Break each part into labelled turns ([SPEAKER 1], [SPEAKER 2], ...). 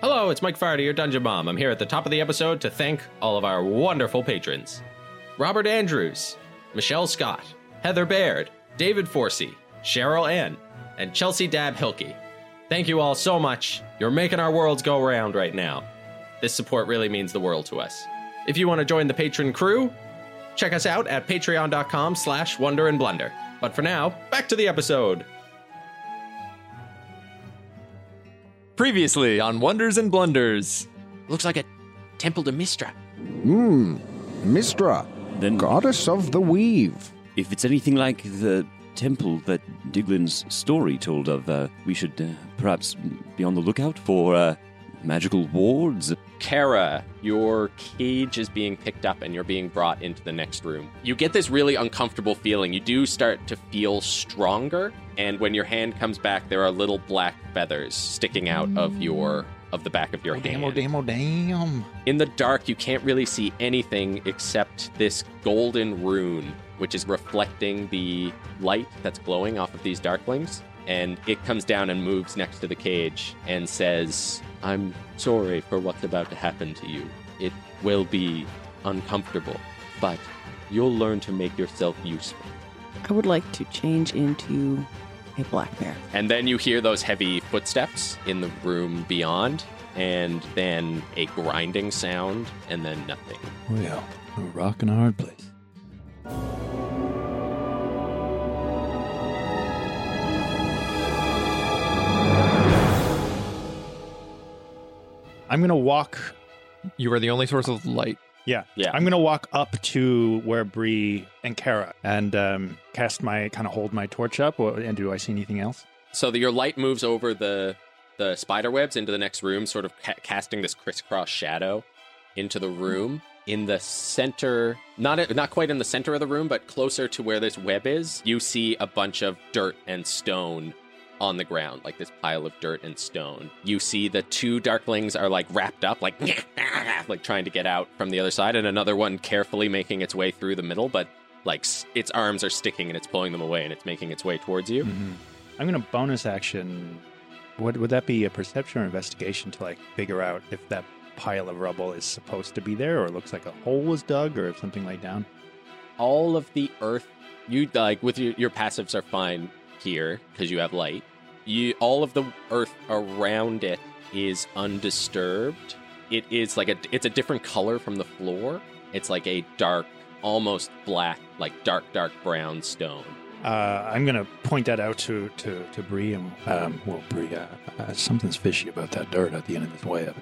[SPEAKER 1] Hello, it's Mike Farty, your Dungeon Mom. I'm here at the top of the episode to thank all of our wonderful patrons Robert Andrews, Michelle Scott, Heather Baird, David Forsey, Cheryl Ann, and Chelsea Dab Hilke. Thank you all so much. You're making our worlds go round right now. This support really means the world to us. If you want to join the patron crew, check us out at patreon.com slash wonder and blunder. But for now, back to the episode.
[SPEAKER 2] Previously on Wonders and Blunders.
[SPEAKER 3] Looks like a temple to Mistra.
[SPEAKER 4] Hmm, Mistra,
[SPEAKER 5] Then,
[SPEAKER 4] goddess of the weave.
[SPEAKER 5] if it's anything like the temple that Diglin's story told of, uh, we should uh, perhaps be on the lookout for uh, magical wards.
[SPEAKER 1] Kara, your cage is being picked up and you're being brought into the next room. You get this really uncomfortable feeling. You do start to feel stronger, and when your hand comes back, there are little black feathers sticking out of your of the back of your
[SPEAKER 6] Oh,
[SPEAKER 1] hand.
[SPEAKER 6] damn, oh, damn, oh, damn.
[SPEAKER 1] In the dark, you can't really see anything except this golden rune, which is reflecting the light that's glowing off of these darklings. And it comes down and moves next to the cage and says, I'm sorry for what's about to happen to you. It will be uncomfortable, but you'll learn to make yourself useful.
[SPEAKER 7] I would like to change into a black bear.
[SPEAKER 1] And then you hear those heavy footsteps in the room beyond, and then a grinding sound, and then nothing.
[SPEAKER 6] Well, we're rocking a hard place. I'm gonna walk.
[SPEAKER 2] You are the only source of light.
[SPEAKER 6] Yeah,
[SPEAKER 1] Yeah.
[SPEAKER 6] I'm gonna walk up to where Bree and Kara and um, cast my kind of hold my torch up. Wha- And do I see anything else?
[SPEAKER 1] So the, your light moves over the the spider webs into the next room, sort of ca- casting this crisscross shadow into the room. In the center, not not quite in the center of the room, but closer to where this web is, you see a bunch of dirt and stone on the ground, like this pile of dirt and stone. You see the two darklings are like wrapped up, like like trying to get out from the other side, and another one carefully making its way through the middle, but like s- its arms are sticking and it's pulling them away, and it's making its way towards you.
[SPEAKER 6] Mhm. I'm gonna bonus action. Would would that be a perception or investigation to like figure out if that pile of rubble is supposed to be there, or it looks like a hole was dug, or if something laid down?
[SPEAKER 1] all of the earth you like with your, your passives are fine here because you have light you all of the earth around it is undisturbed it is like a it's a different color from the floor it's like a dark almost black like dark dark brown stone
[SPEAKER 6] Uh, I'm gonna point that out to to to Bree and um, well, Bree, uh, uh, something's fishy about that dirt at the end of this web.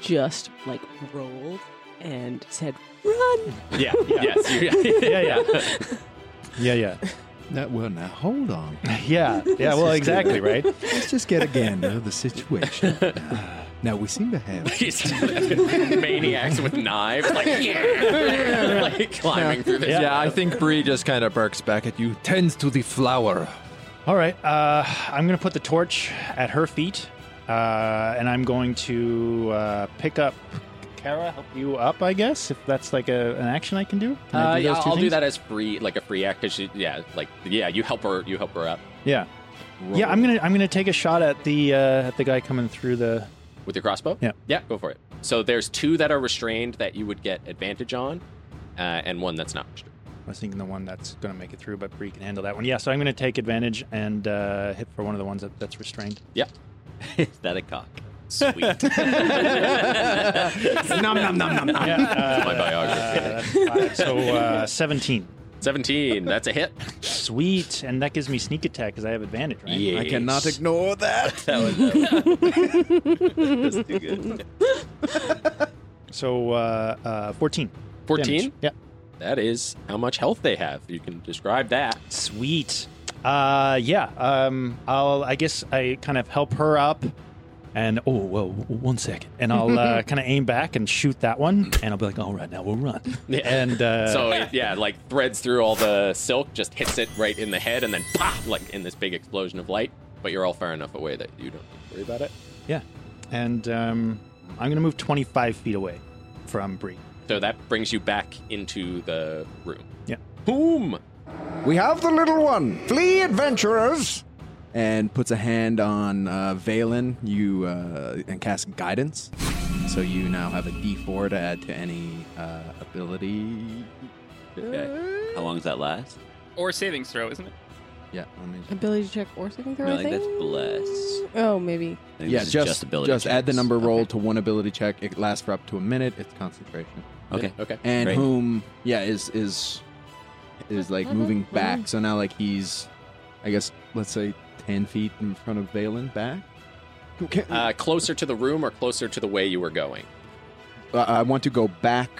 [SPEAKER 7] Just like rolled and said, run.
[SPEAKER 1] yeah yes you-
[SPEAKER 6] Yeah, Yeah, yeah,
[SPEAKER 8] Now, well, now hold on.
[SPEAKER 6] yeah, yeah. Well, exactly, right.
[SPEAKER 8] Let's just get a gander of the situation. Now we seem to have.
[SPEAKER 1] These maniacs with knives like yeah like climbing through this
[SPEAKER 2] Yeah, I think Bree just kind of barks back at you. Tends to the flower.
[SPEAKER 6] All right, uh, I'm gonna put the torch at her feet, uh, and I'm going to uh, pick up Kara, help you up, I guess, if that's like a, an action I can do. Can I
[SPEAKER 1] uh, yeah,
[SPEAKER 6] those two
[SPEAKER 1] I'll do
[SPEAKER 6] things?
[SPEAKER 1] that as free, like a free act, because yeah, like yeah, you help her, you help her up
[SPEAKER 6] Yeah, yeah. I'm gonna I'm gonna take a shot at the uh, at the guy coming through the.
[SPEAKER 1] With your crossbow?
[SPEAKER 6] Yeah.
[SPEAKER 1] Yeah, go for it. So there's two that are restrained that you would get advantage on, uh, and one that's not restrained.
[SPEAKER 6] I was thinking the one that's gonna make it through, but Bree can handle that one. Yeah, so I'm gonna take advantage and uh, hit for one of the ones that, that's restrained.
[SPEAKER 1] Yeah.
[SPEAKER 5] Is that a cock?
[SPEAKER 8] nom nom nom nom nom.
[SPEAKER 1] That's my biography.
[SPEAKER 6] Uh, that's five. so uh, 17.
[SPEAKER 1] 17. That's a hit.
[SPEAKER 6] Sweet, and that gives me sneak attack because I have advantage, right?
[SPEAKER 1] Yeah.
[SPEAKER 8] I cannot ignore that.
[SPEAKER 5] That's too good.
[SPEAKER 6] So uh, uh, 14. damage.
[SPEAKER 1] 14?
[SPEAKER 6] Yeah.
[SPEAKER 1] That is how much health they have. You can describe that.
[SPEAKER 6] Sweet. Uh, yeah. Um, I'll. I guess I kind of help her up, and oh, well, one second, and I'll uh, kind of aim back and shoot that one, and I'll be like, all right, now we'll run. And uh,
[SPEAKER 1] So, it, yeah, like threads through all the silk, just hits it right in the head, and then pop, like in this big explosion of light. But you're all far enough away that you don't need to worry about it.
[SPEAKER 6] yeah, and um, I'm gonna move 25 feet away from Bree.
[SPEAKER 1] So that brings you back into the room.
[SPEAKER 6] Yeah.
[SPEAKER 1] Boom!
[SPEAKER 4] We have the little one. Flee, adventurers!
[SPEAKER 8] and puts a hand on uh, Valen. You uh, and cast guidance, so you now have a D4 to add to any uh, ability.
[SPEAKER 5] Okay. How long does that last?
[SPEAKER 9] Or savings throw, isn't it?
[SPEAKER 8] Yeah, let me.
[SPEAKER 7] Ability check or second throw.
[SPEAKER 5] No,
[SPEAKER 7] I
[SPEAKER 5] I
[SPEAKER 7] think
[SPEAKER 5] think that's bless.
[SPEAKER 7] Oh, maybe.
[SPEAKER 5] I think
[SPEAKER 8] yeah,
[SPEAKER 5] this is
[SPEAKER 8] just
[SPEAKER 5] ability
[SPEAKER 8] just add the
[SPEAKER 5] checks.
[SPEAKER 8] number
[SPEAKER 5] Okay.
[SPEAKER 8] roll to one ability check. It lasts for up to a minute. It's concentration.
[SPEAKER 5] Okay.
[SPEAKER 1] Okay.
[SPEAKER 8] and
[SPEAKER 5] Great.
[SPEAKER 8] whom yeah is is is like moving back so now like he's i guess let's say 10 feet in front of valen back okay uh,
[SPEAKER 1] Uh, closer to the room or closer to the way you were going?
[SPEAKER 8] i want to go back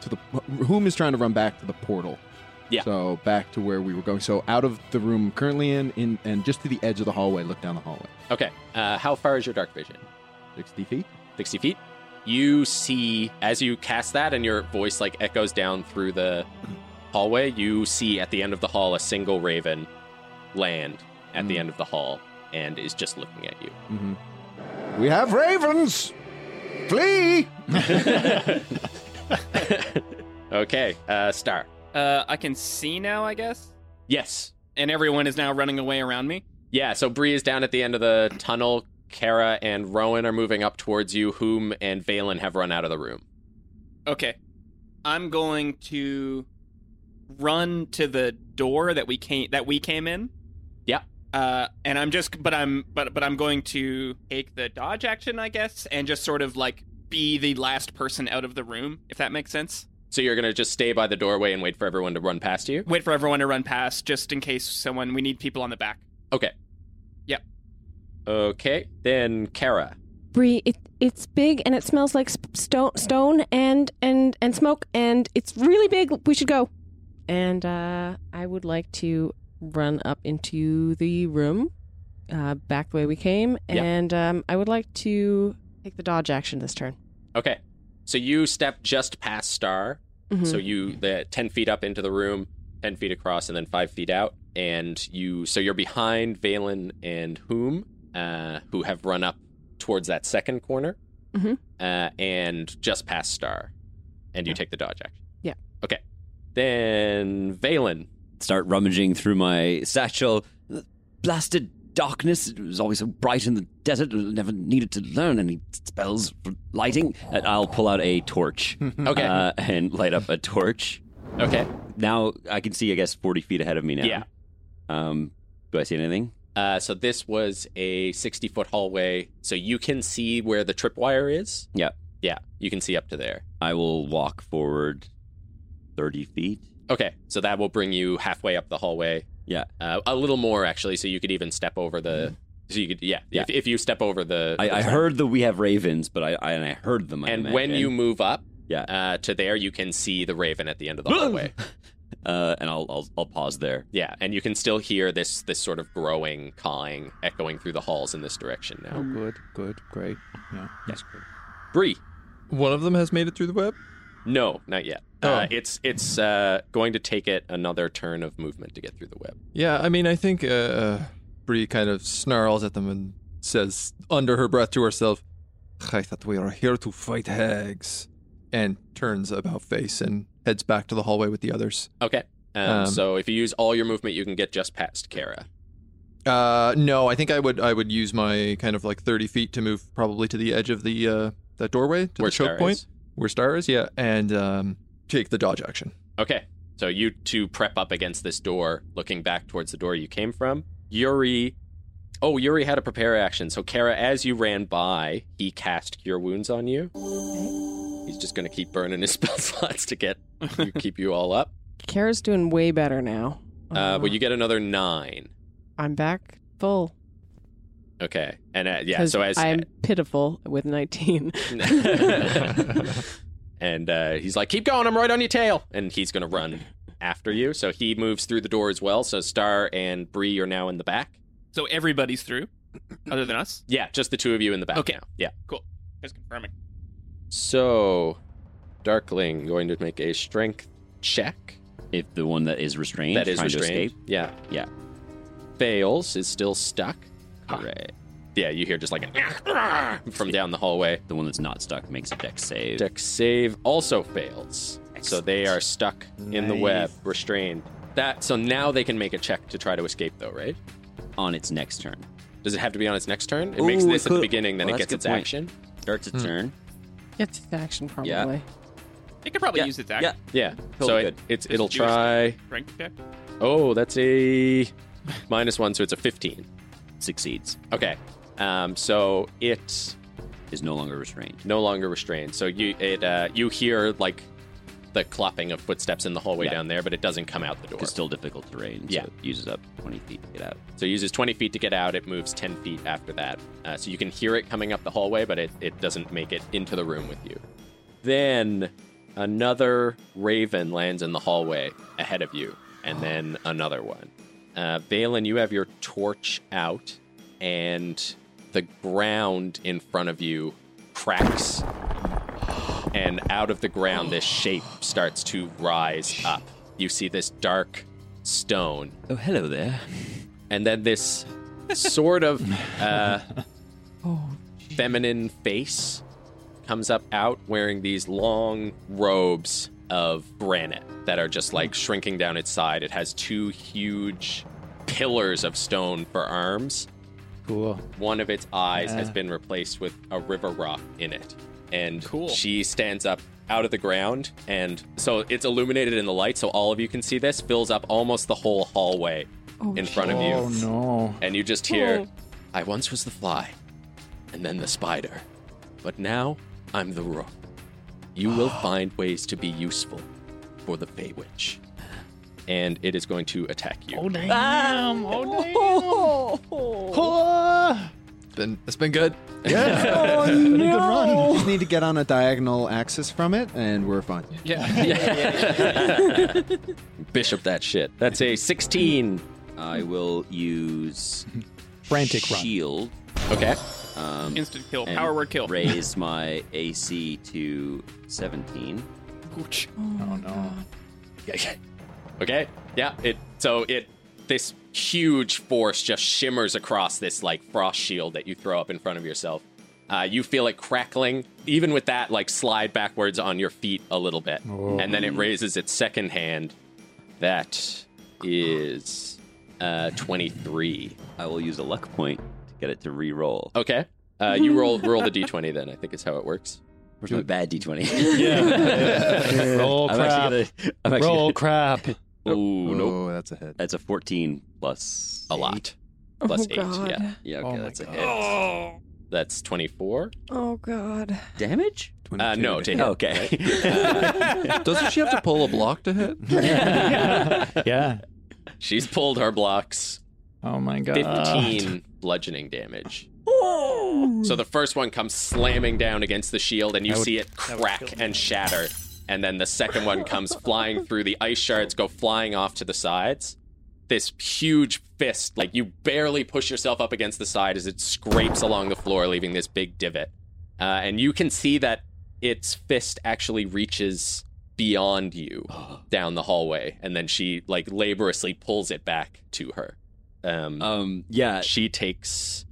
[SPEAKER 8] to the whom is trying to run back to the portal
[SPEAKER 1] Yeah.
[SPEAKER 8] so back to where we were going so out of the room I'm currently in in and just to the edge of the hallway look down the hallway
[SPEAKER 1] Okay. Uh, how far is your dark vision?
[SPEAKER 8] 60 feet
[SPEAKER 1] 60 feet. You see, as you cast that and your voice like echoes down through the hallway, you see at the end of the hall a single raven land at the end of the hall and is just looking at you.
[SPEAKER 4] We have ravens! Flee!
[SPEAKER 1] Okay, uh, Star.
[SPEAKER 9] Uh, I can see now, I guess.
[SPEAKER 1] Yes.
[SPEAKER 9] And everyone is now running away around me.
[SPEAKER 1] Yeah, so Bree is down at the end of the tunnel. Kara and Rowan are moving up towards you. Whom and Valen have run out of the room.
[SPEAKER 9] Okay. I'm going to run to the door that we came that we came in.
[SPEAKER 1] Yeah.
[SPEAKER 9] Uh, and I'm just but I'm but but I'm going to take the dodge action, I guess, and just sort of like be the last person out of the room, if that makes sense.
[SPEAKER 1] So you're going to just stay by the doorway and wait for everyone to run past you?
[SPEAKER 9] Wait for everyone to run past just in case someone we need people on the back.
[SPEAKER 1] Okay.
[SPEAKER 9] Yep.
[SPEAKER 1] Okay, then Kara.
[SPEAKER 7] Bree, it, it's big and it smells like sp- stone, stone and and and smoke, and it's really big. We should go. And uh, I would like to run up into the room, uh, back the way we came,
[SPEAKER 1] Yeah.
[SPEAKER 7] and um, I would like to take the dodge action this turn.
[SPEAKER 1] Okay. So you step just past Star.
[SPEAKER 7] Mhm.
[SPEAKER 1] So you the ten feet up into the room, ten feet across, and then five feet out. And you so you're behind Valen and Whom, uh, who have run up towards that second corner,
[SPEAKER 7] Mhm.
[SPEAKER 1] uh, and just past Star, and you take the dodge action.
[SPEAKER 7] Yeah.
[SPEAKER 1] Okay. Then Valen.
[SPEAKER 5] Start rummaging through my satchel. Blasted darkness. It was always so bright in the desert. I never needed to learn any spells for lighting. And I'll pull out a torch.
[SPEAKER 1] Oh, Okay.
[SPEAKER 5] Uh, and light up a torch.
[SPEAKER 1] Okay.
[SPEAKER 5] Now I can see, I guess, 40 feet ahead of me now.
[SPEAKER 1] Yeah.
[SPEAKER 5] Um, do I see anything?
[SPEAKER 1] Uh, so this was a sixty foot hallway. So you can see where the tripwire is.
[SPEAKER 5] Yeah.
[SPEAKER 1] Yeah. You can see up to there.
[SPEAKER 5] I will walk forward 30 feet.
[SPEAKER 1] Okay, so that will bring you halfway up the hallway.
[SPEAKER 5] Yeah.
[SPEAKER 1] Uh, a little more actually, so you could even step over the. So you could, yeah,
[SPEAKER 5] Mm-hmm. Yeah.
[SPEAKER 1] If, if you step over the,
[SPEAKER 5] I,
[SPEAKER 1] the
[SPEAKER 5] I
[SPEAKER 1] trap.
[SPEAKER 5] heard that we have ravens, but I, I and I heard them. I
[SPEAKER 1] Uh, And when you
[SPEAKER 5] imagine.
[SPEAKER 1] move up,
[SPEAKER 5] Yeah.
[SPEAKER 1] uh, to there you can see the raven at the end of the hallway.
[SPEAKER 5] uh, and I'll, I'll I'll pause there.
[SPEAKER 1] Yeah, and you can still hear this this sort of growing, cawing, echoing through the halls in this direction
[SPEAKER 2] Um,
[SPEAKER 1] now.
[SPEAKER 8] Oh, good good great yeah yes
[SPEAKER 1] Bree,
[SPEAKER 2] One of them has made it through the web.
[SPEAKER 1] no, not yet. Uh, it's it's uh, going to take it another turn of movement to get through the web.
[SPEAKER 2] Yeah, I mean, I think uh, uh, Bree kind of snarls at them and says under her breath to herself, "I thought we were here to fight hags," and turns about face and heads back to the hallway with the others.
[SPEAKER 1] Okay, um,
[SPEAKER 2] Um,
[SPEAKER 1] so if you use all your movement, you can get just past Kara.
[SPEAKER 2] Uh, no, I think I would I would use my kind of like thirty feet to move probably to the edge of the uh, that doorway to
[SPEAKER 1] Where
[SPEAKER 2] the choke
[SPEAKER 1] Star
[SPEAKER 2] point
[SPEAKER 1] is.
[SPEAKER 2] where Star is. Yeah, and um, take the dodge action.
[SPEAKER 1] Okay. So you two prep up against this door, looking back towards the door you came from. Yuri. Oh, Yuri had a prepare action. So, Kara, as you ran by, he cast Cure Wounds on you. He's just going to keep burning his spell slots to get you, keep you all up.
[SPEAKER 7] Kara's doing way better now.
[SPEAKER 1] Uh, well, you get another nine.
[SPEAKER 7] I'm back full.
[SPEAKER 1] Okay. And uh, yeah,
[SPEAKER 7] 'cause
[SPEAKER 1] so as.
[SPEAKER 7] I'm pitiful with 19.
[SPEAKER 1] and uh, he's like, keep going, I'm right on your tail. And he's going to run after you. So he moves through the door as well. So, Star and Bree are now in the back.
[SPEAKER 9] So everybody's through, other than us.
[SPEAKER 1] Yeah, just the two of you in the back.
[SPEAKER 9] Okay.
[SPEAKER 1] now. Yeah.
[SPEAKER 9] Cool. Just confirming.
[SPEAKER 1] So, Darkling going to make a strength check.
[SPEAKER 5] If the one that is restrained
[SPEAKER 1] that is
[SPEAKER 5] trying
[SPEAKER 1] restrained.
[SPEAKER 5] to escape,
[SPEAKER 1] Yeah.
[SPEAKER 5] yeah,
[SPEAKER 1] Fails is still stuck. Hooray. Yeah, you hear just like
[SPEAKER 5] Ah.
[SPEAKER 1] a from down the hallway.
[SPEAKER 5] the one that's not stuck makes a deck save.
[SPEAKER 1] Deck save also fails. So they are stuck in the web, restrained. That so now they can make a check to try to escape though, right?
[SPEAKER 5] on its next turn.
[SPEAKER 1] Does it have to be on its next turn? It makes
[SPEAKER 5] Ooh, it
[SPEAKER 1] this at the
[SPEAKER 5] could-
[SPEAKER 1] beginning, then
[SPEAKER 5] well,
[SPEAKER 1] it
[SPEAKER 5] that's
[SPEAKER 1] gets
[SPEAKER 5] a good
[SPEAKER 1] its
[SPEAKER 5] point.
[SPEAKER 1] action.
[SPEAKER 5] Starts its turn.
[SPEAKER 7] It's his action, probably.
[SPEAKER 5] Yeah.
[SPEAKER 9] It could probably
[SPEAKER 5] Yeah,
[SPEAKER 9] use its action.
[SPEAKER 5] Yeah.
[SPEAKER 1] Yeah.
[SPEAKER 5] Cool,
[SPEAKER 1] so
[SPEAKER 5] good.
[SPEAKER 1] it, it's it'll
[SPEAKER 9] do a
[SPEAKER 1] try.
[SPEAKER 9] Strength check.
[SPEAKER 1] Oh, that's a minus one, so it's a fifteen.
[SPEAKER 5] Succeeds.
[SPEAKER 1] Okay. Um, so it
[SPEAKER 5] Is no longer restrained.
[SPEAKER 1] no longer restrained. So you it uh, you hear like the clopping of footsteps in the hallway
[SPEAKER 5] Yeah.
[SPEAKER 1] down there, but it doesn't come out the door.
[SPEAKER 5] It's still difficult terrain.
[SPEAKER 1] Yeah.
[SPEAKER 5] So it uses up 20 feet to get out.
[SPEAKER 1] So it uses 20 feet to get out. It moves 10 feet after that. Uh, so you can hear it coming up the hallway, but it, it doesn't make it into the room with you. Then another raven lands in the hallway ahead of you, and then another one. Uh, Valen, you have your torch out, and the ground in front of you cracks. And out of the ground, this shape starts to rise up. You see this dark stone
[SPEAKER 5] Oh, hello there.
[SPEAKER 1] and then this sort of uh, feminine face comes up out wearing these long robes of granite that are just like shrinking down its side. It has two huge pillars of stone for arms.
[SPEAKER 6] Cool.
[SPEAKER 1] One of its eyes has
[SPEAKER 6] Yeah.
[SPEAKER 1] been replaced with a river rock in it. And
[SPEAKER 9] Cool.
[SPEAKER 1] she stands up out of the ground. And so it's illuminated in the light, so all of you can see this, fills up almost the whole hallway in front of you
[SPEAKER 6] Oh no.
[SPEAKER 1] and you just hear, I once was the fly, and then the spider, but now I'm the rook. You will find ways to be useful for the Fey Witch. And it is going to attack you.
[SPEAKER 6] damn. Oh damn. Ah.
[SPEAKER 2] It's been it's been good.
[SPEAKER 8] oh, no. Good run. We just need to get on a diagonal axis from it, and we're fine.
[SPEAKER 1] Bishop that shit. That's a 16.
[SPEAKER 5] I will use
[SPEAKER 6] Frantic run.
[SPEAKER 5] shield um,
[SPEAKER 1] Okay.
[SPEAKER 9] Instant kill.
[SPEAKER 5] and
[SPEAKER 9] Power word kill.
[SPEAKER 5] raise my AC to 17.
[SPEAKER 9] Ouch.
[SPEAKER 6] Oh no.
[SPEAKER 1] Okay. Yeah. It so it this huge force just shimmers across this like frost shield that you throw up in front of yourself. Uh, you feel it crackling. Even with that, like slide backwards on your feet a little bit, and then it raises its second hand. That is uh, twenty three.
[SPEAKER 5] I will use a luck point to get it to re-roll.
[SPEAKER 1] Okay. Uh, you roll roll the d twenty then. I think is how it works.
[SPEAKER 5] Where's my bad d20?
[SPEAKER 6] Roll
[SPEAKER 5] I'm actually
[SPEAKER 6] crap.
[SPEAKER 5] gonna. I'm actually
[SPEAKER 6] Roll crap.
[SPEAKER 5] Gonna, ooh, nope.
[SPEAKER 8] Oh, that's a hit.
[SPEAKER 5] That's a 14 plus
[SPEAKER 1] A
[SPEAKER 5] eight.
[SPEAKER 1] lot. Plus
[SPEAKER 7] oh,
[SPEAKER 1] eight.
[SPEAKER 7] God.
[SPEAKER 1] Yeah.
[SPEAKER 5] Yeah, okay,
[SPEAKER 6] my
[SPEAKER 5] that's a
[SPEAKER 6] God.
[SPEAKER 5] hit.
[SPEAKER 1] That's twenty four.
[SPEAKER 7] Oh, God.
[SPEAKER 5] Damage?
[SPEAKER 1] Uh, no, to hit.
[SPEAKER 5] Okay.
[SPEAKER 2] Doesn't she have to pull a block to hit?
[SPEAKER 6] Yeah.
[SPEAKER 1] She's pulled her blocks.
[SPEAKER 6] Oh my god.
[SPEAKER 1] 15 bludgeoning damage.
[SPEAKER 9] Oh.
[SPEAKER 1] So the first one comes slamming down against the shield, and you see it crack and shatter. And then the second one comes flying through. The ice shards go flying off to the sides. This huge fist, like you barely push yourself up against the side as it scrapes along the floor, leaving this big divot. Uh, and you can see that its fist actually reaches beyond you down the hallway. And then she, like, laboriously pulls it back to her. Um,
[SPEAKER 5] um, yeah,
[SPEAKER 1] she takes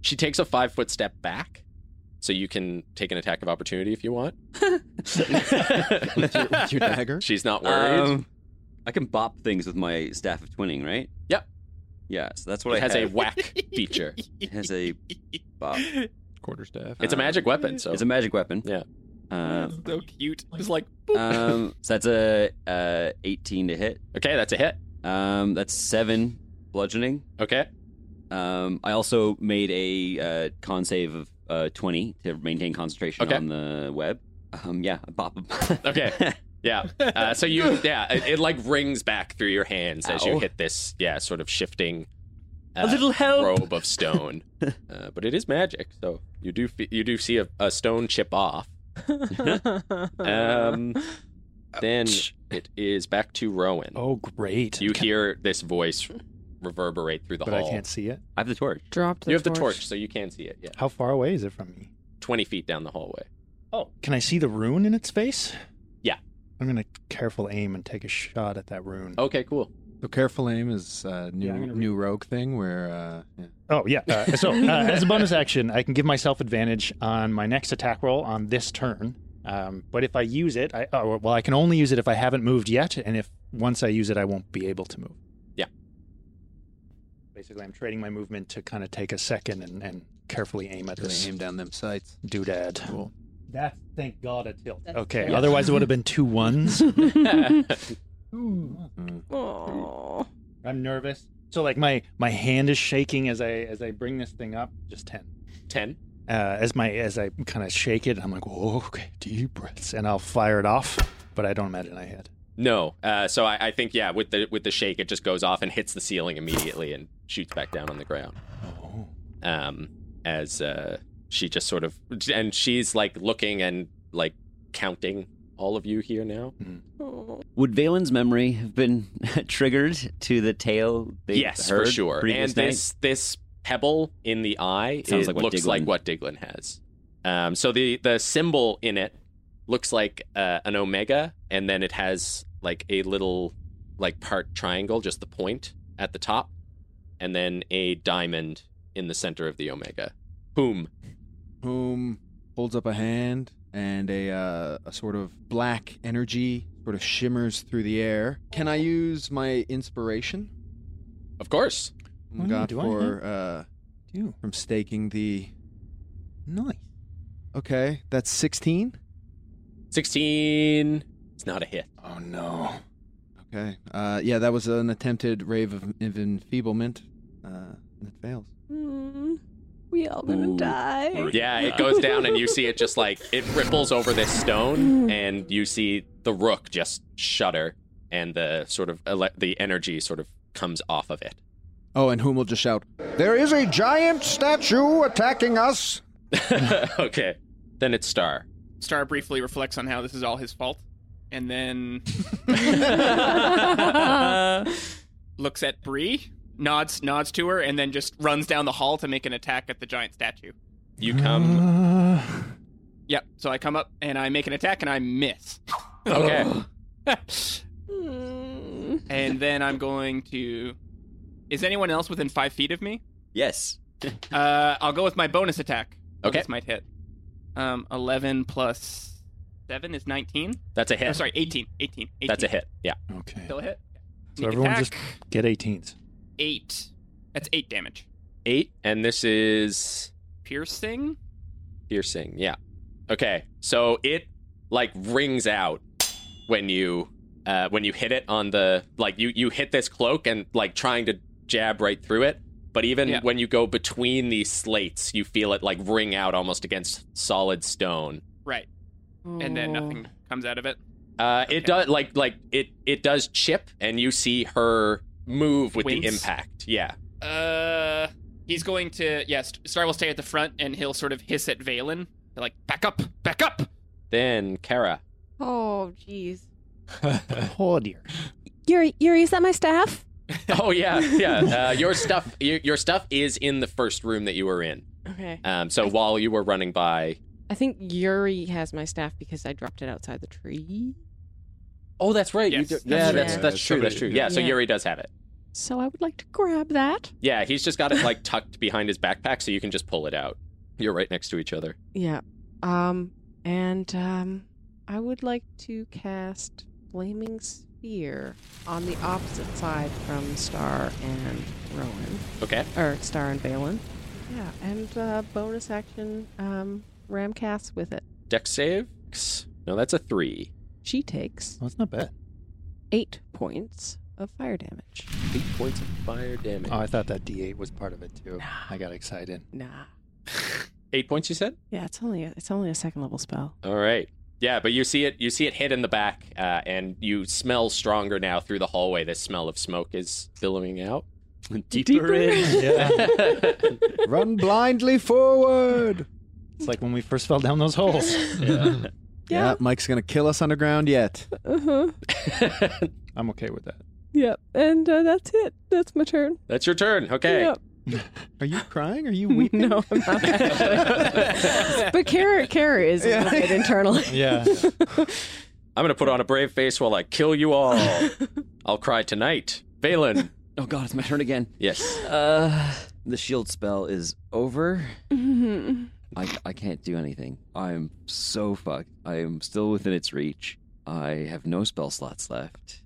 [SPEAKER 1] she takes a five foot step back so you can take an attack of opportunity if you want
[SPEAKER 8] with, your, with your dagger?
[SPEAKER 1] she's not worried
[SPEAKER 5] Um, I can bop things with my staff of twinning, right?
[SPEAKER 1] Yep.
[SPEAKER 5] Yeah, so that's what
[SPEAKER 1] it
[SPEAKER 5] I
[SPEAKER 1] has a
[SPEAKER 5] have.
[SPEAKER 1] whack feature
[SPEAKER 5] It has a bop.
[SPEAKER 2] Quarterstaff.
[SPEAKER 1] it's a
[SPEAKER 5] Um,
[SPEAKER 1] magic weapon so
[SPEAKER 5] It's a magic weapon.
[SPEAKER 1] Yeah.
[SPEAKER 5] Uh,
[SPEAKER 9] so cute. It's like boop.
[SPEAKER 5] um, so that's a uh, 18 to hit.
[SPEAKER 1] okay that's a hit
[SPEAKER 5] Um, that's seven bludgeoning.
[SPEAKER 1] okay
[SPEAKER 5] Um, I also made a uh, con save of uh, 20 to maintain concentration
[SPEAKER 1] Okay.
[SPEAKER 5] on the web. Um, yeah, I bop 'em.
[SPEAKER 1] Okay. yeah uh, so you yeah it, it like rings back through your hands as you
[SPEAKER 5] Ow.
[SPEAKER 1] hit this yeah sort of shifting uh,
[SPEAKER 5] a little help.
[SPEAKER 1] robe of stone uh, but it is magic so you do fe- you do see a, a stone chip off um then it is back to rowan
[SPEAKER 6] Oh great.
[SPEAKER 1] You hear this voice reverberate through the
[SPEAKER 6] but
[SPEAKER 1] hall.
[SPEAKER 6] I can't see it.
[SPEAKER 5] I have the torch.
[SPEAKER 7] Dropped the
[SPEAKER 1] you have the torch, so you can see it. Yeah,
[SPEAKER 6] How far away is it from me?
[SPEAKER 1] twenty feet down the hallway.
[SPEAKER 6] Oh, can I see the rune in its face?
[SPEAKER 1] Yeah.
[SPEAKER 6] I'm gonna careful aim and take a shot at that rune.
[SPEAKER 1] Okay, cool.
[SPEAKER 8] So careful aim is uh, new
[SPEAKER 6] Yeah, I'm gonna re-
[SPEAKER 8] new rogue thing where uh, yeah.
[SPEAKER 6] Oh yeah. Uh, so uh, as a bonus action, I can give myself advantage on my next attack roll on this turn. Um, but if I use it, I oh, well, I can only use it if I haven't moved yet, and if once I use it, I won't be able to move.
[SPEAKER 1] Yeah.
[SPEAKER 6] Basically, I'm trading my movement to kind of take a second and, and carefully aim at this
[SPEAKER 8] aim down them sights.
[SPEAKER 6] doodad.
[SPEAKER 2] Cool.
[SPEAKER 6] That's thank God a tilt.
[SPEAKER 10] That's-
[SPEAKER 6] okay,
[SPEAKER 10] yeah.
[SPEAKER 6] otherwise it would have been two ones. Uh,
[SPEAKER 7] Oh,
[SPEAKER 6] Mm-hmm. I'm nervous. So like my my hand is shaking as I as I bring this thing up. Just ten.
[SPEAKER 1] Ten.
[SPEAKER 6] Uh, as my as I kind of shake it, I'm like, whoa, okay, deep breaths, and I'll fire it off. But I don't imagine I hit.
[SPEAKER 1] No. Uh, so I, I think yeah, with the with the shake, it just goes off and hits the ceiling immediately and shoots back down on the ground.
[SPEAKER 6] Oh,
[SPEAKER 1] Um, as uh, she just sort of and she's like looking and like counting all of you here now.
[SPEAKER 7] oh.
[SPEAKER 5] Would Valen's memory have been triggered to the tale they
[SPEAKER 1] yes,
[SPEAKER 5] heard
[SPEAKER 1] for sure.
[SPEAKER 5] previous
[SPEAKER 1] And this this pebble in the eye
[SPEAKER 5] Sounds
[SPEAKER 1] it
[SPEAKER 5] like what
[SPEAKER 1] looks
[SPEAKER 5] Diglin-
[SPEAKER 1] like what Diglin has. Um, so the the symbol in it looks like uh, an omega, and then it has like a little like part triangle, just the point at the top, and then a diamond in the center of the omega. Boom.
[SPEAKER 8] Whom holds up a hand and a uh, a sort of black energy sort of shimmers through the air. Can I use my inspiration?
[SPEAKER 1] Of course.
[SPEAKER 6] Hmm,
[SPEAKER 8] Got
[SPEAKER 6] do I
[SPEAKER 8] for uh,
[SPEAKER 6] dude,
[SPEAKER 8] from staking the.
[SPEAKER 6] nice.
[SPEAKER 8] Okay, that's sixteen.
[SPEAKER 1] 16. It's not a hit.
[SPEAKER 6] Oh no.
[SPEAKER 8] Okay. Uh, yeah, that was an attempted rave of, of enfeeblement, uh, and it fails.
[SPEAKER 7] Mm, we all gonna
[SPEAKER 5] Ooh.
[SPEAKER 7] die.
[SPEAKER 1] Yeah, it goes down, and you see it just like it ripples over this stone, and you see the rook just shudder, and the sort of ele- the energy sort of comes off of it.
[SPEAKER 8] Oh, and whom will just shout?
[SPEAKER 4] There is a giant statue attacking us.
[SPEAKER 1] um, okay, then it's Star.
[SPEAKER 9] Star briefly reflects on how this is all his fault, and then looks at Bree, nods nods to her, and then just runs down the hall to make an attack at the giant statue.
[SPEAKER 1] You come.
[SPEAKER 6] Uh,
[SPEAKER 9] Yep. So I come up and I make an attack and I miss.
[SPEAKER 1] Oh. Okay,
[SPEAKER 7] Mm.
[SPEAKER 9] and then I'm going to. Is anyone else within five feet of me?
[SPEAKER 5] Yes.
[SPEAKER 9] Uh, I'll go with my bonus attack. Oh,
[SPEAKER 1] Okay.
[SPEAKER 9] This might hit. Um, 11 plus 7 is 19.
[SPEAKER 1] that's a hit.
[SPEAKER 9] Oh, sorry, 18. 18. 18.
[SPEAKER 1] That's a hit. Yeah.
[SPEAKER 6] Okay.
[SPEAKER 9] Still a hit.
[SPEAKER 6] So everyone
[SPEAKER 9] attack,
[SPEAKER 6] just get 18s.
[SPEAKER 9] 8. That's 8 damage.
[SPEAKER 1] Eight, and this is
[SPEAKER 9] Piercing?
[SPEAKER 1] piercing. Yeah. Okay, so it like rings out when you uh, when you hit it on the like you you hit this cloak and like trying to jab right through it. But even
[SPEAKER 9] Yeah.
[SPEAKER 1] when you go between these slates, you feel it like ring out almost against solid stone.
[SPEAKER 9] Right. And then nothing comes out of it.
[SPEAKER 1] Uh,
[SPEAKER 9] Okay.
[SPEAKER 1] It does like like it it does chip, and you see her move with the
[SPEAKER 9] Wince?
[SPEAKER 1] impact. Yeah.
[SPEAKER 9] Uh, he's going to. Yes, Star will stay at the front and he'll sort of hiss at Valen. Like, back up, back up!
[SPEAKER 1] Then Kara.
[SPEAKER 7] Oh, jeez.
[SPEAKER 6] Oh dear.
[SPEAKER 7] Yuri, Yuri, is that my staff?
[SPEAKER 1] Oh yeah, yeah. Uh, your stuff your, your stuff is in the first room that you were in.
[SPEAKER 7] Okay.
[SPEAKER 1] Um, so while you were running by,
[SPEAKER 7] I think Yuri has my staff because I dropped it outside the tree.
[SPEAKER 1] Oh, that's right.
[SPEAKER 9] Yes.
[SPEAKER 1] You do-
[SPEAKER 9] Yeah,
[SPEAKER 1] yeah,
[SPEAKER 7] Yeah.
[SPEAKER 1] that's that's true. That's true. Yeah, so
[SPEAKER 7] Yeah.
[SPEAKER 1] Yuri does have it.
[SPEAKER 7] So I would like to grab that.
[SPEAKER 1] Yeah, he's just got it like tucked behind his backpack, so you can just pull it out. You're right next to each other.
[SPEAKER 7] Yeah. Um and um I would like to cast Flaming Sphere on the opposite side from Star and Rowan.
[SPEAKER 1] Okay.
[SPEAKER 7] Or Star and Balin. Yeah, and uh bonus action um Ramcast with it.
[SPEAKER 1] Dex save. No, that's a three.
[SPEAKER 7] She takes
[SPEAKER 6] Well, that's not bad.
[SPEAKER 7] eight points of fire damage.
[SPEAKER 1] Eight points of fire damage.
[SPEAKER 6] Oh, I thought that D8 was part of it too. I got excited.
[SPEAKER 7] Nah.
[SPEAKER 1] Eight points, you said.
[SPEAKER 7] Yeah, it's only a, it's only a second level spell.
[SPEAKER 1] All right. Yeah, but you see it. You see it hit in the back, uh, and you smell stronger now through the hallway. The smell of smoke is billowing out.
[SPEAKER 5] Deeper, in.
[SPEAKER 4] Run blindly forward.
[SPEAKER 6] It's like when we first fell down those holes.
[SPEAKER 8] Yeah, Mike's gonna kill us underground yet.
[SPEAKER 7] Uh-huh.
[SPEAKER 6] I'm okay with that.
[SPEAKER 7] Yep. And uh, that's it. That's my turn.
[SPEAKER 1] That's your turn. Okay.
[SPEAKER 7] Yep.
[SPEAKER 8] Are you crying? Are you weeping?
[SPEAKER 7] No, I'm not actually. but Kara, Kara is a little bit internal.
[SPEAKER 6] Yeah.
[SPEAKER 1] I'm gonna put on a brave face while I kill you all. I'll cry tonight, Valen.
[SPEAKER 5] Oh god, it's my turn again.
[SPEAKER 1] Yes.
[SPEAKER 5] Uh, the shield spell is over.
[SPEAKER 7] Mhm.
[SPEAKER 5] I, I can't do anything. I am so fucked. I am still within its reach. I have no spell slots left.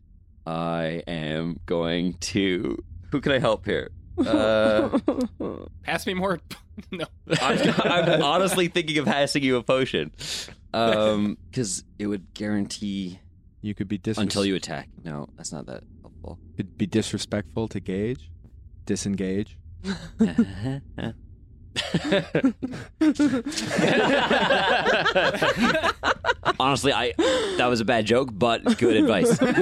[SPEAKER 5] I am going to. Who can I help here?
[SPEAKER 2] Uh,
[SPEAKER 9] Pass me more. no.
[SPEAKER 5] I'm, I'm honestly thinking of passing you a potion. Um, because it would guarantee
[SPEAKER 8] You could be dis-
[SPEAKER 5] until you attack. No, that's not that helpful.
[SPEAKER 8] could be disrespectful to Gage, disengage.
[SPEAKER 5] Honestly, I that was a bad joke, but good advice.
[SPEAKER 8] Sweet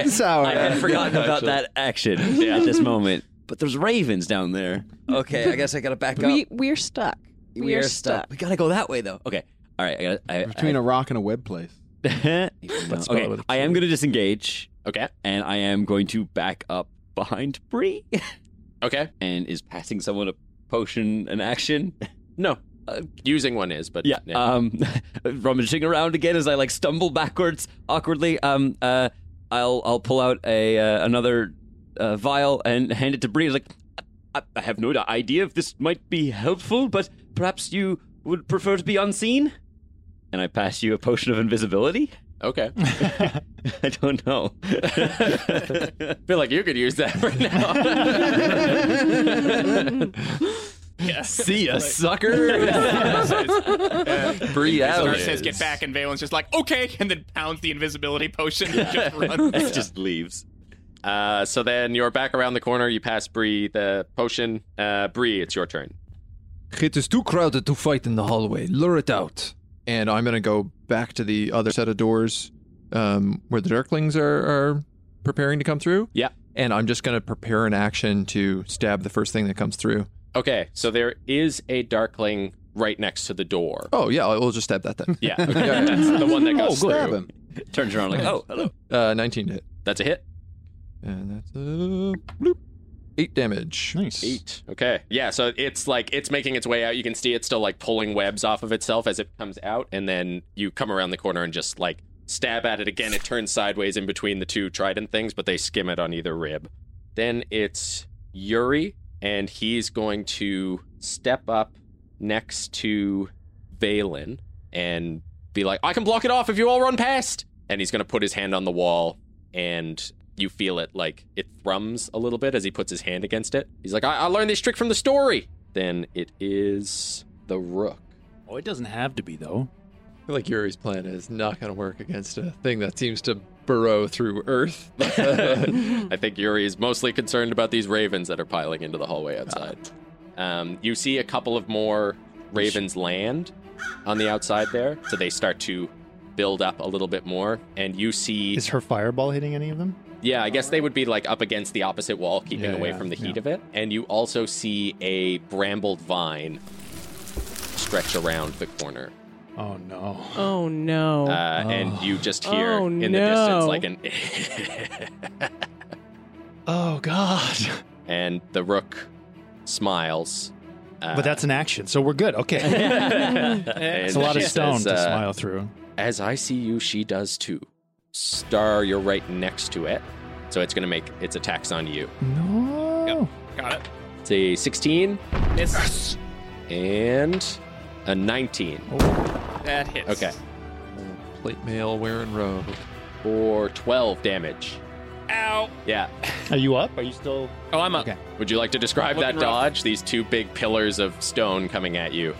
[SPEAKER 8] and sour.
[SPEAKER 5] I had forgotten about that action at this moment. But there's ravens down there. Okay, I guess I gotta back
[SPEAKER 7] we
[SPEAKER 5] up.
[SPEAKER 7] we're stuck.
[SPEAKER 5] We are stuck. We gotta go that way though. Okay. All right. I gotta, I,
[SPEAKER 8] Between a rock and a web place.
[SPEAKER 5] I, okay. I am gonna disengage,
[SPEAKER 1] Okay.
[SPEAKER 5] and I am going to back up behind Bree.
[SPEAKER 1] Okay.
[SPEAKER 5] and is passing someone a potion an action.
[SPEAKER 1] No. Uh, Using one is, but
[SPEAKER 5] Um, rummaging around again as I like stumble backwards awkwardly. Um, uh, I'll I'll pull out a uh, another uh, vial and hand it to Bree. Like, I, I have no idea if this might be helpful, but perhaps you would prefer to be unseen. And I pass you a potion of invisibility.
[SPEAKER 1] okay. I
[SPEAKER 5] I don't know.
[SPEAKER 1] feel like you could use that right now.
[SPEAKER 2] see ya, sucker. Bree out.
[SPEAKER 9] Star says get back, and Valen's just like okay, and then pounds the invisibility potion and just runs.
[SPEAKER 5] it just leaves.
[SPEAKER 1] uh, so then you're back around the corner. You pass Bree the potion. Uh, Bree, it's your turn.
[SPEAKER 2] It is too crowded to fight in the hallway. Lure it out. And I'm going to go back to the other set of doors um, where the Dirklings are, are preparing to come through.
[SPEAKER 1] Yeah.
[SPEAKER 2] And I'm just going to prepare an action to stab the first thing that comes through.
[SPEAKER 1] Okay. So there is a darkling right next to the door.
[SPEAKER 2] Oh, yeah, I- we'll just stab that then. Oh,
[SPEAKER 1] Yeah. That's the one that goes
[SPEAKER 8] Oh, Stab
[SPEAKER 1] through.
[SPEAKER 8] him.
[SPEAKER 5] Turns around like, oh, hello.
[SPEAKER 2] Uh, 19 to hit.
[SPEAKER 1] That's a hit.
[SPEAKER 2] And that's uh, bloop. 8 damage.
[SPEAKER 6] Nice.
[SPEAKER 1] Eight.
[SPEAKER 5] oh.
[SPEAKER 1] Okay. Yeah. So it's like it's making its way out. You can see it's still like pulling webs off of itself as it comes out, and then you come around the corner and just like stab at it again. It turns sideways in between the two trident things, but they skim it on either rib. Then it's Yuri, and he's going to step up next to Valen and be like, "I can block it off if you all run past." And he's going to put his hand on the wall and you feel it like it thrums a little bit as he puts his hand against it. He's like, I, I learned this trick from the story. Then it is the rook.
[SPEAKER 6] Oh, it doesn't have to be though.
[SPEAKER 2] I feel like Yuri's plan is not going to work against a thing that seems to burrow through earth.
[SPEAKER 1] I think Yuri is mostly concerned about these ravens that are piling into the hallway outside. Um, you see a couple of more ravens land on the outside there, so they start to build up a little bit more. And you see,
[SPEAKER 6] Is her fireball hitting any of them?
[SPEAKER 1] yeah, I guess they would be like up against the opposite wall, keeping
[SPEAKER 6] Yeah,
[SPEAKER 1] away
[SPEAKER 6] yeah,
[SPEAKER 1] from the heat
[SPEAKER 6] yeah.
[SPEAKER 1] of it. And you also see a brambled vine stretch around the corner.
[SPEAKER 6] Oh no.
[SPEAKER 7] Oh no.
[SPEAKER 1] uh, and you just hear
[SPEAKER 7] Oh,
[SPEAKER 1] in the
[SPEAKER 7] no.
[SPEAKER 1] distance like an
[SPEAKER 6] Oh god.
[SPEAKER 1] and the rook smiles uh,
[SPEAKER 6] But that's an action, so we're good. Okay.
[SPEAKER 1] and
[SPEAKER 6] It's a lot of
[SPEAKER 1] she
[SPEAKER 6] stone
[SPEAKER 1] says,
[SPEAKER 6] to
[SPEAKER 1] uh,
[SPEAKER 6] smile through.
[SPEAKER 1] as i see you she does too star you're right next to it so it's gonna make its attacks on you
[SPEAKER 6] No.
[SPEAKER 9] Got it.
[SPEAKER 1] it's a 16
[SPEAKER 9] Miss.
[SPEAKER 1] and a 19
[SPEAKER 9] That hits.
[SPEAKER 1] okay
[SPEAKER 2] Plate mail wearing robe.
[SPEAKER 1] for 12 damage
[SPEAKER 9] Ow.
[SPEAKER 1] yeah
[SPEAKER 6] Are you up? Are you still?
[SPEAKER 9] Oh, I'm up.
[SPEAKER 6] Okay.
[SPEAKER 1] would you like to describe
[SPEAKER 9] Looking
[SPEAKER 1] that
[SPEAKER 9] rough.
[SPEAKER 1] dodge these two big pillars of stone coming at you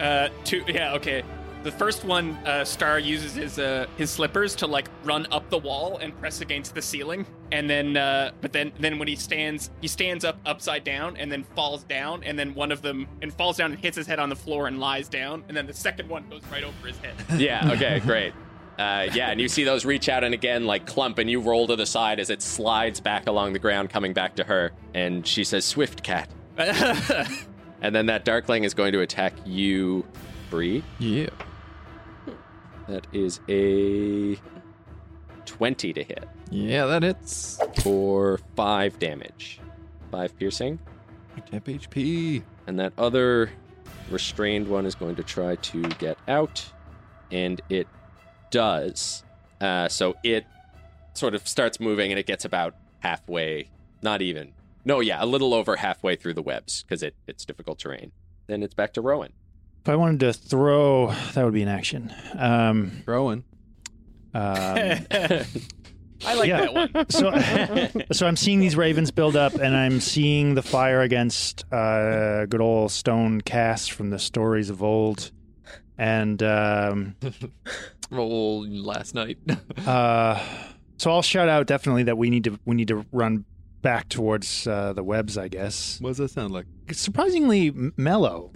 [SPEAKER 9] Uh, two. Yeah. Okay. The first one, uh, Star uses his uh, his slippers to like run up the wall and press against the ceiling, and then uh, but then then when he stands he stands up upside down and then falls down and then one of them and falls down and hits his head on the floor and lies down and then the second one goes right over his head.
[SPEAKER 1] Yeah. Okay. Great. Uh, yeah, and you see those reach out and again like clump, and you roll to the side as it slides back along the ground, coming back to her. And she says, "Swift cat." And then that darkling is going to attack you, Bree.
[SPEAKER 2] Yeah.
[SPEAKER 1] That is a twenty to hit
[SPEAKER 2] Yeah, that hits.
[SPEAKER 1] for five damage, five piercing.
[SPEAKER 2] Temp HP.
[SPEAKER 1] And that other restrained one is going to try to get out, and it does. Uh, so it sort of starts moving, and it gets about halfway, not even. No, yeah, a little over halfway through the webs because it, it's difficult terrain. Then it's back to Rowan.
[SPEAKER 6] If I wanted to throw, that would be an action. Um,
[SPEAKER 8] Throwing.
[SPEAKER 6] um,
[SPEAKER 9] I like
[SPEAKER 6] Yeah.
[SPEAKER 9] that one.
[SPEAKER 6] so, so I'm seeing these ravens build up, and I'm seeing the fire against uh, good old stone cast from the stories of old, and um,
[SPEAKER 2] Roll last night.
[SPEAKER 6] uh, so I'll shout out definitely that we need to we need to run back towards uh, the webs, I guess.
[SPEAKER 2] what does that sound like?
[SPEAKER 6] Surprisingly m- mellow.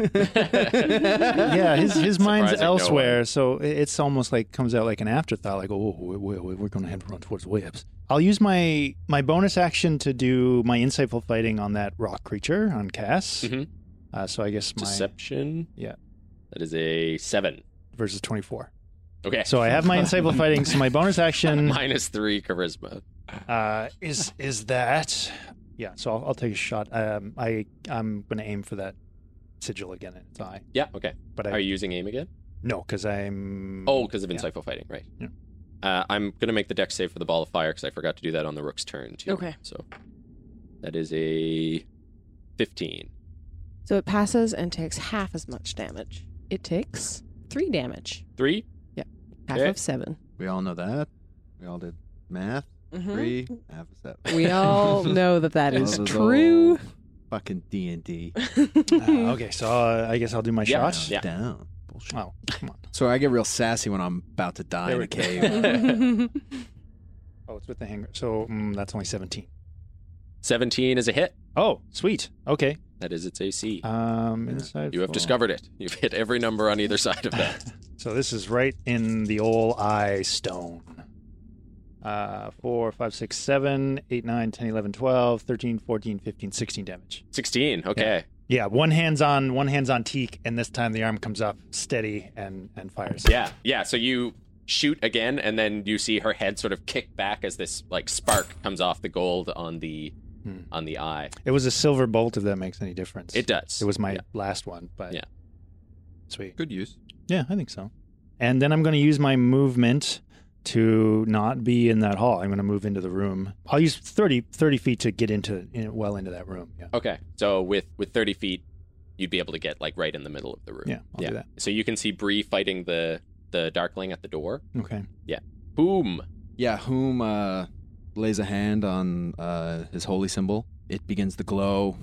[SPEAKER 6] yeah, his his mind's
[SPEAKER 1] Surprising no
[SPEAKER 6] elsewhere, so i- it's almost like comes out like an afterthought. Like, oh, we, we, we- we're going to have to run towards webs. I'll use my my bonus action to do my insightful fighting on that rock creature on Cass.
[SPEAKER 1] Mhm.
[SPEAKER 6] Uh, so I guess my
[SPEAKER 1] Deception.
[SPEAKER 6] Yeah.
[SPEAKER 1] That is a seven.
[SPEAKER 6] versus twenty four.
[SPEAKER 1] Okay.
[SPEAKER 6] So I have my insightful fighting. So my bonus action
[SPEAKER 1] minus three charisma.
[SPEAKER 6] uh, is is that. Yeah, so I'll, I'll take a shot. Um, I I'm going to aim for that sigil again in its eye,
[SPEAKER 1] Yeah. Okay.
[SPEAKER 6] but I
[SPEAKER 1] Are you using aim again?
[SPEAKER 6] no because I'm
[SPEAKER 1] Oh, because of
[SPEAKER 6] yeah.
[SPEAKER 1] insightful fighting, right?
[SPEAKER 6] Yeah.
[SPEAKER 1] Uh, I'm gonna make the deck save for the ball of fire because I forgot to do that on the rook's turn too.
[SPEAKER 7] Okay.
[SPEAKER 1] So that is a fifteen.
[SPEAKER 7] So it passes and takes half as much damage. It takes three damage,
[SPEAKER 1] Three.
[SPEAKER 7] half
[SPEAKER 1] Okay.
[SPEAKER 7] of 7
[SPEAKER 8] We all know that. We all did math.
[SPEAKER 6] Mm-hmm.
[SPEAKER 8] Three, half a seven.
[SPEAKER 7] We all know that that
[SPEAKER 8] All
[SPEAKER 7] is
[SPEAKER 8] those
[SPEAKER 7] true.
[SPEAKER 8] old Fucking D and D.
[SPEAKER 6] Uh, okay, so uh, I guess I'll do my
[SPEAKER 1] Yeah.
[SPEAKER 6] shot.
[SPEAKER 1] Yeah.
[SPEAKER 8] Down. Bullshit.
[SPEAKER 6] Oh, come on.
[SPEAKER 8] So I get real sassy when I'm about to die in a cave.
[SPEAKER 6] Oh, it's with the hanger. So mm, that's only 17.
[SPEAKER 1] Seventeen is a hit.
[SPEAKER 6] Oh, sweet. Okay.
[SPEAKER 1] That is its AC.
[SPEAKER 6] Um, inside.
[SPEAKER 1] you have
[SPEAKER 6] full.
[SPEAKER 1] discovered it. You've hit every number on either side of that.
[SPEAKER 6] So this is right in the old eye stone. Uh, 4, five, six, seven, eight, nine, 10, 11, 12, 13, 14, 15, 16 damage.
[SPEAKER 1] Sixteen. Okay.
[SPEAKER 6] Yeah, one hand's on one hand's on teak, and this time the arm comes up steady and, and fires.
[SPEAKER 1] Yeah. Yeah. So you shoot again, and then you see her head sort of kick back as this like spark comes off the gold on the
[SPEAKER 6] Hmm.
[SPEAKER 1] on the eye.
[SPEAKER 6] It was a silver bolt, if that makes any difference.
[SPEAKER 1] It does.
[SPEAKER 6] It was my
[SPEAKER 1] Yeah.
[SPEAKER 6] last one, but.
[SPEAKER 1] Yeah.
[SPEAKER 6] Sweet.
[SPEAKER 2] Good use.
[SPEAKER 6] Yeah, I think so. And then I'm going to use my movement to not be in that hall. I'm going to move into the room. I'll use 30, 30 feet to get into in, well into that room. Yeah.
[SPEAKER 1] Okay. So with with 30 feet, you'd be able to get like right in the middle of the room.
[SPEAKER 6] Yeah, I'll do that.
[SPEAKER 1] So you can see Bree fighting the the darkling at the door.
[SPEAKER 6] Okay.
[SPEAKER 1] Boom.
[SPEAKER 8] yeah, whom uh, lays a hand on uh, his holy symbol. It begins to glow,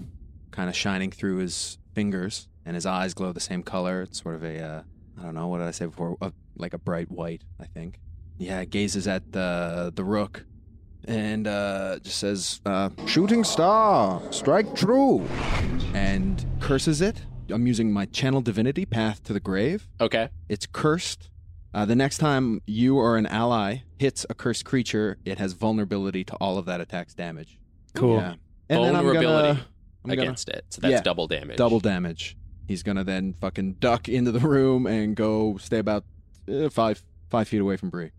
[SPEAKER 8] kind of shining through his fingers, and his eyes glow the same color. It's sort of a, uh, I don't know, what did I say before? A, like a bright white, I think. Yeah, it gazes at the, the rook and uh, just says, uh,
[SPEAKER 4] Shooting star, strike true.
[SPEAKER 8] and curses it. I'm using my channel divinity, Path to the Grave.
[SPEAKER 1] Okay.
[SPEAKER 8] It's cursed. Uh, the next time you or an ally hits a cursed creature, it has vulnerability to all of that attack's damage.
[SPEAKER 6] Cool.
[SPEAKER 8] Yeah. And then I'm gonna-
[SPEAKER 1] Vulnerability
[SPEAKER 8] I'm gonna,
[SPEAKER 1] Against it. So that's
[SPEAKER 8] Yeah.
[SPEAKER 1] double damage.
[SPEAKER 8] double damage. He's gonna then fucking duck into the room and go stay about uh, five five feet away from Bree.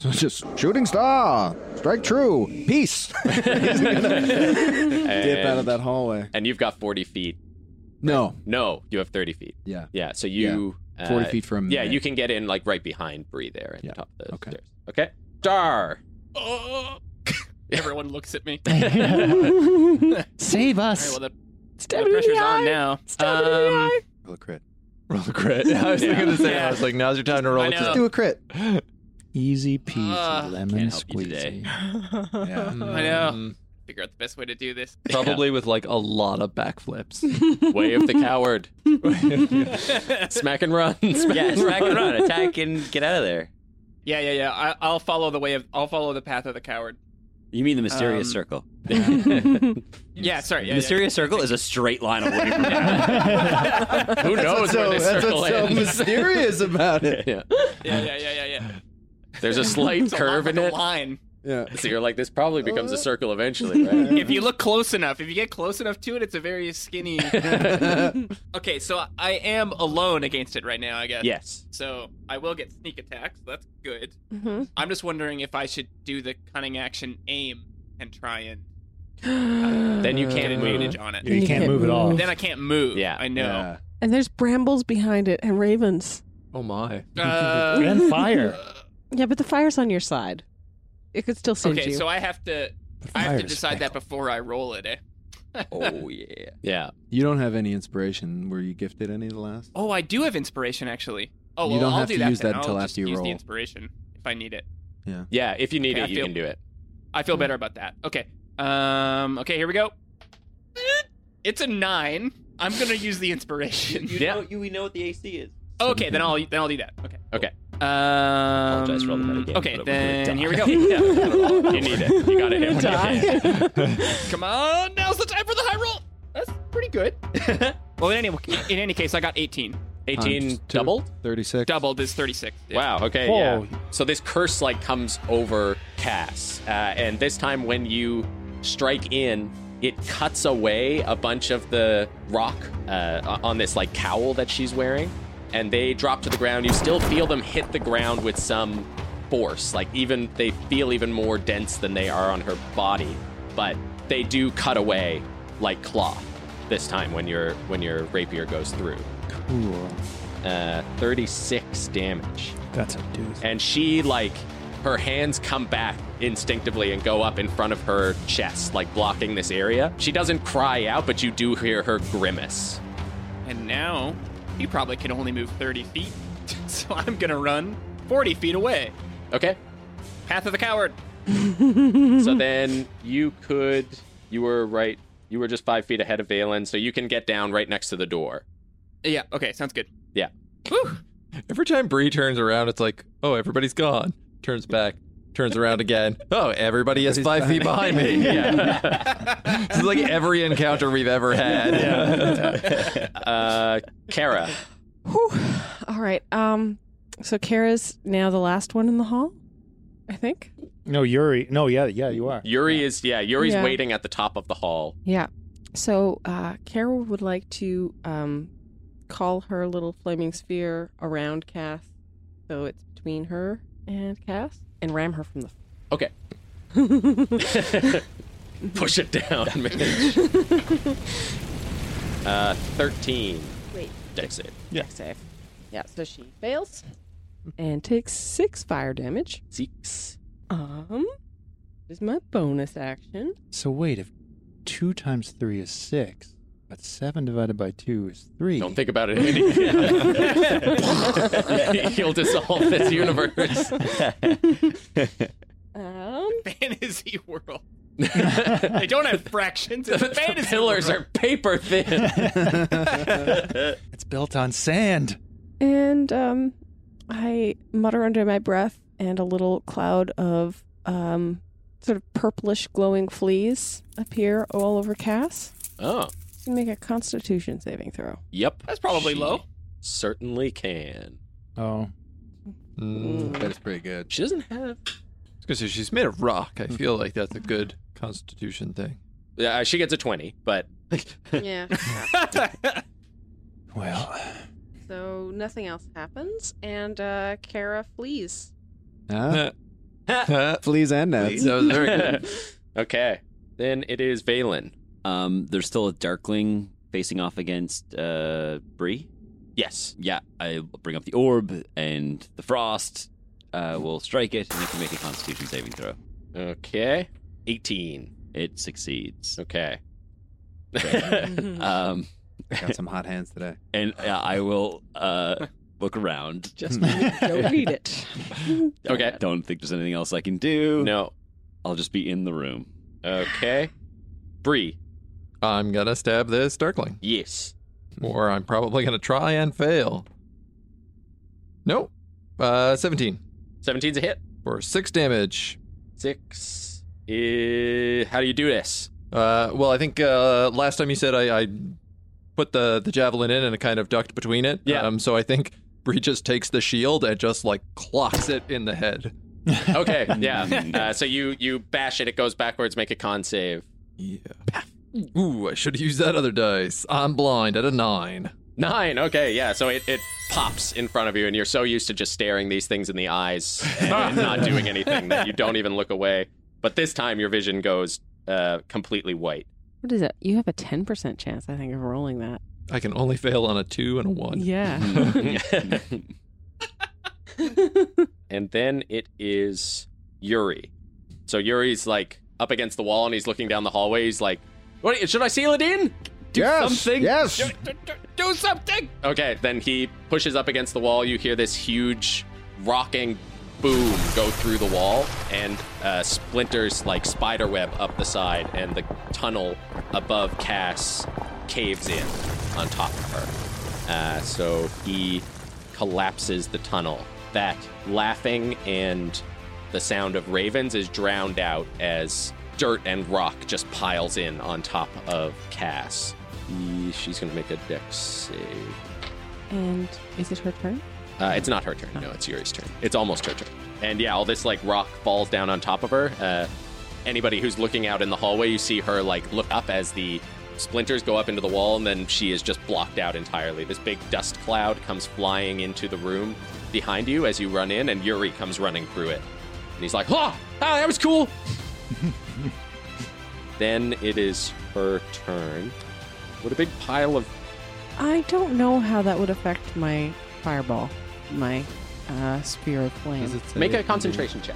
[SPEAKER 8] So just
[SPEAKER 4] Shooting star, strike true. Peace.
[SPEAKER 1] and,
[SPEAKER 8] dip out of that hallway.
[SPEAKER 1] And you've got 40 feet.
[SPEAKER 8] No,
[SPEAKER 1] No, you have 30 feet.
[SPEAKER 8] yeah,
[SPEAKER 1] Yeah. So you. uh,
[SPEAKER 8] 40 feet from.
[SPEAKER 1] Yeah,
[SPEAKER 8] there.
[SPEAKER 1] you can get in like right behind Bree there at
[SPEAKER 8] Yeah.
[SPEAKER 1] the top of the
[SPEAKER 8] Okay.
[SPEAKER 1] stairs. Okay. Dar.
[SPEAKER 9] Oh. Everyone looks at me.
[SPEAKER 5] Save
[SPEAKER 9] All right,
[SPEAKER 5] us.
[SPEAKER 9] well, the,
[SPEAKER 7] Stab it
[SPEAKER 9] the
[SPEAKER 7] in
[SPEAKER 9] pressure's
[SPEAKER 7] the
[SPEAKER 9] on
[SPEAKER 7] eye.
[SPEAKER 9] now.
[SPEAKER 7] Stab it in the
[SPEAKER 9] Um,
[SPEAKER 7] eye.
[SPEAKER 8] roll a crit.
[SPEAKER 2] Roll a crit. I was thinking the same. I was like, now's your time to roll.
[SPEAKER 9] I
[SPEAKER 2] it.
[SPEAKER 9] know.
[SPEAKER 8] Do a crit.
[SPEAKER 6] Easy peasy,
[SPEAKER 9] Ah,
[SPEAKER 6] lemon
[SPEAKER 5] can't help you
[SPEAKER 6] squeezy.
[SPEAKER 8] Yeah.
[SPEAKER 9] I know.
[SPEAKER 2] Mm,
[SPEAKER 9] Figure out the best way to do this.
[SPEAKER 2] Probably with like a lot of backflips.
[SPEAKER 1] Way of the coward. Smack and run. Smack
[SPEAKER 5] yeah,
[SPEAKER 1] and
[SPEAKER 5] smack and run, attack and get out of there.
[SPEAKER 9] Yeah, yeah, yeah. I, I'll follow the way of. I'll follow the path of the coward.
[SPEAKER 5] You mean the mysterious
[SPEAKER 9] Um,
[SPEAKER 5] circle?
[SPEAKER 9] Yeah, sorry. Yeah,
[SPEAKER 5] the mysterious circle is a straight line of wood.
[SPEAKER 1] Who knows where this
[SPEAKER 8] that's
[SPEAKER 1] circle
[SPEAKER 8] what's so
[SPEAKER 1] ends?
[SPEAKER 8] mysterious about it.
[SPEAKER 1] yeah.
[SPEAKER 9] yeah, yeah, yeah, yeah, yeah.
[SPEAKER 1] There's a slight
[SPEAKER 9] It's a
[SPEAKER 1] curve
[SPEAKER 9] lot
[SPEAKER 1] in
[SPEAKER 9] like
[SPEAKER 1] it.
[SPEAKER 9] a line.
[SPEAKER 8] Yeah. Uh-huh.
[SPEAKER 1] So you're like, this probably becomes a circle eventually, right?
[SPEAKER 9] If you look close enough, if you get close enough to it, it's a very skinny. okay, so I am alone against it right now, I guess.
[SPEAKER 1] yes.
[SPEAKER 9] So I will get sneak attacks. That's good.
[SPEAKER 7] Mhm.
[SPEAKER 9] I'm just wondering if I should do the cunning action aim and try and
[SPEAKER 1] Then you
[SPEAKER 9] get
[SPEAKER 1] can't move.
[SPEAKER 9] advantage on it.
[SPEAKER 6] You, can't move at all.
[SPEAKER 9] Then I can't move.
[SPEAKER 1] Yeah.
[SPEAKER 9] I know.
[SPEAKER 7] And there's brambles behind it and ravens.
[SPEAKER 2] Oh my.
[SPEAKER 9] Uh,
[SPEAKER 6] And fire.
[SPEAKER 7] Yeah, but the fire's on your side. It could still send
[SPEAKER 9] okay,
[SPEAKER 7] you.
[SPEAKER 9] so I have to. I have to decide that before I roll it. Eh?
[SPEAKER 5] oh yeah.
[SPEAKER 1] Yeah.
[SPEAKER 8] You don't have any inspiration. Were you gifted any of the last?
[SPEAKER 9] Oh, I do have inspiration actually. Oh,
[SPEAKER 8] You
[SPEAKER 9] well,
[SPEAKER 8] don't
[SPEAKER 9] I'll
[SPEAKER 8] have
[SPEAKER 9] do
[SPEAKER 8] to
[SPEAKER 9] that
[SPEAKER 8] use
[SPEAKER 9] then.
[SPEAKER 8] that
[SPEAKER 9] I'll
[SPEAKER 8] until
[SPEAKER 9] just
[SPEAKER 8] after you
[SPEAKER 9] use
[SPEAKER 8] roll.
[SPEAKER 9] the inspiration if I need it.
[SPEAKER 1] Yeah. If you need
[SPEAKER 9] Okay, I
[SPEAKER 1] it, you
[SPEAKER 9] feel-
[SPEAKER 1] can do it.
[SPEAKER 9] I feel better about that. Okay. Um. Okay. Here we go. It's a nine. I'm gonna use the inspiration.
[SPEAKER 10] You
[SPEAKER 5] Yeah.
[SPEAKER 10] know, you, we know what the AC is.
[SPEAKER 9] Okay. Then I'll then I'll do that. Okay.
[SPEAKER 1] Okay.
[SPEAKER 9] Um, Apologize
[SPEAKER 5] for all the metagame,
[SPEAKER 9] Okay.
[SPEAKER 5] but it was really
[SPEAKER 9] Then
[SPEAKER 5] dumb.
[SPEAKER 9] here we go.
[SPEAKER 1] You need it. You got to hit when you can.
[SPEAKER 9] Come on, now's the time for the high roll. That's pretty good. well, in any in any case, I got 18.
[SPEAKER 1] 18
[SPEAKER 8] Times two.
[SPEAKER 1] doubled.
[SPEAKER 8] 36.
[SPEAKER 9] Doubled is 36. Yeah.
[SPEAKER 1] Wow. Okay.
[SPEAKER 6] Whoa.
[SPEAKER 1] Yeah. Oh, So this curse like comes over Cass, uh, and this time when you strike in, it cuts away a bunch of the rock uh, on this like cowl that she's wearing, and they drop to the ground. You still feel them hit the ground with some force, like even they feel even more dense than they are on her body, but they do cut away like cloth this time when your when your rapier goes through. Cool. Uh, 36 damage
[SPEAKER 6] That's a dude.
[SPEAKER 1] and she like her hands come back instinctively and go up in front of her chest like blocking this area she doesn't cry out but you do hear her grimace
[SPEAKER 9] And now he probably can only move 30 feet, so I'm gonna run 40 feet away.
[SPEAKER 1] okay
[SPEAKER 9] Path of the coward.
[SPEAKER 1] so then you could you were right you were just five feet ahead of valen so you can get down right next to the door
[SPEAKER 9] Yeah. Okay. Sounds good.
[SPEAKER 1] yeah
[SPEAKER 9] Whew.
[SPEAKER 2] Every time Bree turns around, it's like, oh, everybody's gone. Turns back, turns around again. Oh, everybody is five feet behind me. this is like every encounter we've ever had.
[SPEAKER 1] uh kara
[SPEAKER 7] Whew. All right. Um. So Kara's now the last one in the hall, I think.
[SPEAKER 6] No, Yuri. No, yeah, yeah, you are.
[SPEAKER 1] yuri is yeah yuri's
[SPEAKER 7] Yeah.
[SPEAKER 1] waiting at the top of the hall
[SPEAKER 7] Yeah. So uh, Kara would like to um, call her little flaming sphere around Cass, so it's between her and Cass, and ram her from the.
[SPEAKER 1] okay push it down man uh 13
[SPEAKER 7] Wait.
[SPEAKER 1] dex it
[SPEAKER 7] Save. Yeah. So she fails, and takes six fire damage.
[SPEAKER 1] Six.
[SPEAKER 7] Um. Is my bonus action?
[SPEAKER 6] So wait, if two times three is six, but seven divided by two is three.
[SPEAKER 1] Don't think about it. Andy. He'll dissolve this universe.
[SPEAKER 7] Um.
[SPEAKER 9] Fantasy world. they don't have fractions. It's a
[SPEAKER 1] The
[SPEAKER 9] fantasy.
[SPEAKER 1] pillars are paper thin.
[SPEAKER 6] It's built on sand.
[SPEAKER 7] And um, I mutter under my breath, and a little cloud of um, sort of purplish glowing fleas appear all over Cass.
[SPEAKER 1] Oh,
[SPEAKER 7] To make a Constitution saving throw.
[SPEAKER 1] yep.
[SPEAKER 9] That's probably
[SPEAKER 1] She
[SPEAKER 9] low.
[SPEAKER 1] Certainly can.
[SPEAKER 6] Oh,
[SPEAKER 2] Mm.
[SPEAKER 8] That is pretty good.
[SPEAKER 1] She doesn't have.
[SPEAKER 2] I was gonna say, she's made of rock. I feel like that's a good constitution thing.
[SPEAKER 1] Yeah, Uh, she gets a twenty, Eh, but
[SPEAKER 7] Yeah.
[SPEAKER 6] well.
[SPEAKER 7] so nothing else happens, and uh, Kara flees.
[SPEAKER 8] Huh? Fleas and gnats.
[SPEAKER 2] that was very good.
[SPEAKER 1] okay. Then it is Valen.
[SPEAKER 5] Um, there's still a darkling facing off against uh Bree.
[SPEAKER 1] Yes.
[SPEAKER 5] Yeah, I will bring up the orb and the frost. Uh, will strike it and it can make a Constitution saving throw.
[SPEAKER 1] Okay. Eighteen.
[SPEAKER 5] It succeeds.
[SPEAKER 1] Okay.
[SPEAKER 5] Um,
[SPEAKER 8] Got some hot hands today.
[SPEAKER 5] and uh, I will uh look around. Just
[SPEAKER 7] Go read it.
[SPEAKER 1] Okay.
[SPEAKER 5] Don't think there's anything else I can do.
[SPEAKER 1] No.
[SPEAKER 5] I'll just be in the room.
[SPEAKER 1] Okay. Bree.
[SPEAKER 2] I'm gonna stab this darkling,
[SPEAKER 1] Yes.
[SPEAKER 2] or I'm probably gonna try and fail. Nope. Uh, 17
[SPEAKER 1] Seventeen's a hit.
[SPEAKER 2] for six damage.
[SPEAKER 1] Six. Eh, how do you do this?
[SPEAKER 2] Uh, well, I think uh, last time you said I, I put the, the javelin in and it kind of ducked between it.
[SPEAKER 1] Yeah.
[SPEAKER 2] Um, so I think Bree just takes the shield and just like clocks it in the head.
[SPEAKER 1] Okay, yeah. Uh, so you you bash it, it goes backwards. Make a con save.
[SPEAKER 2] Yeah. Ooh, I should have used that other dice. I'm blind at a nine.
[SPEAKER 1] Nine. Okay, yeah. So it it pops in front of you, and you're so used to just staring these things in the eyes and, and not doing anything that you don't even look away. But this time, your vision goes uh, completely white.
[SPEAKER 7] What is that? You have a 10% chance, I think, of rolling that.
[SPEAKER 2] I can only fail on a two and a one.
[SPEAKER 7] Yeah.
[SPEAKER 1] and then it is Yuri. So Yuri's like up against the wall, and he's looking down the hallway. He's like, "What? Should I seal it in?"
[SPEAKER 4] yes,
[SPEAKER 5] something.
[SPEAKER 4] yes.
[SPEAKER 9] Do- do- Do something.
[SPEAKER 1] Okay, then he pushes up against the wall. You hear this huge rocking boom go through the wall and uh, splinters like spider web up the side, and the tunnel above Cass caves in on top of her. Uh, so he collapses the tunnel. That laughing and the sound of ravens is drowned out as dirt and rock just piles in on top of Cass. He- She's gonna make a dex save.
[SPEAKER 7] And is it her turn?
[SPEAKER 1] Uh, it's not her turn. No, it's Yuri's turn. It's almost her turn. And yeah, all this like rock falls down on top of her. Uh, anybody who's looking out in the hallway, you see her like look up as the splinters go up into the wall, and then she is just blocked out entirely. This big dust cloud comes flying into the room behind you as you run in, and Yuri comes running through it. And he's like, "Ha! Ah, that was cool." then it is her turn. What a big pile of
[SPEAKER 7] I don't know how that would affect my fireball, my uh, spear of flame.
[SPEAKER 2] Does it say
[SPEAKER 1] make
[SPEAKER 2] it
[SPEAKER 1] a
[SPEAKER 2] can be-
[SPEAKER 1] concentration check.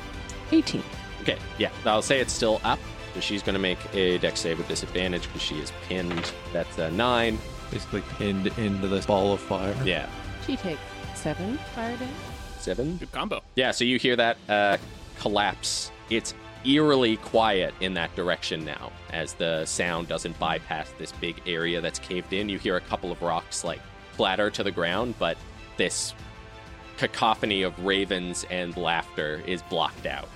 [SPEAKER 7] 18.
[SPEAKER 1] Okay, yeah, I'll say it's still up. So she's going to make a deck save with disadvantage because she is pinned. That's a nine.
[SPEAKER 2] Basically pinned into this ball of fire.
[SPEAKER 1] Yeah,
[SPEAKER 7] She takes seven fire damage.
[SPEAKER 1] seven.
[SPEAKER 9] Good combo.
[SPEAKER 1] Yeah, so you hear that uh, collapse. It's eerily quiet in that direction now, as the sound doesn't bypass this big area that's caved in. You hear a couple of rocks like clatter to the ground, but this cacophony of ravens and laughter is blocked out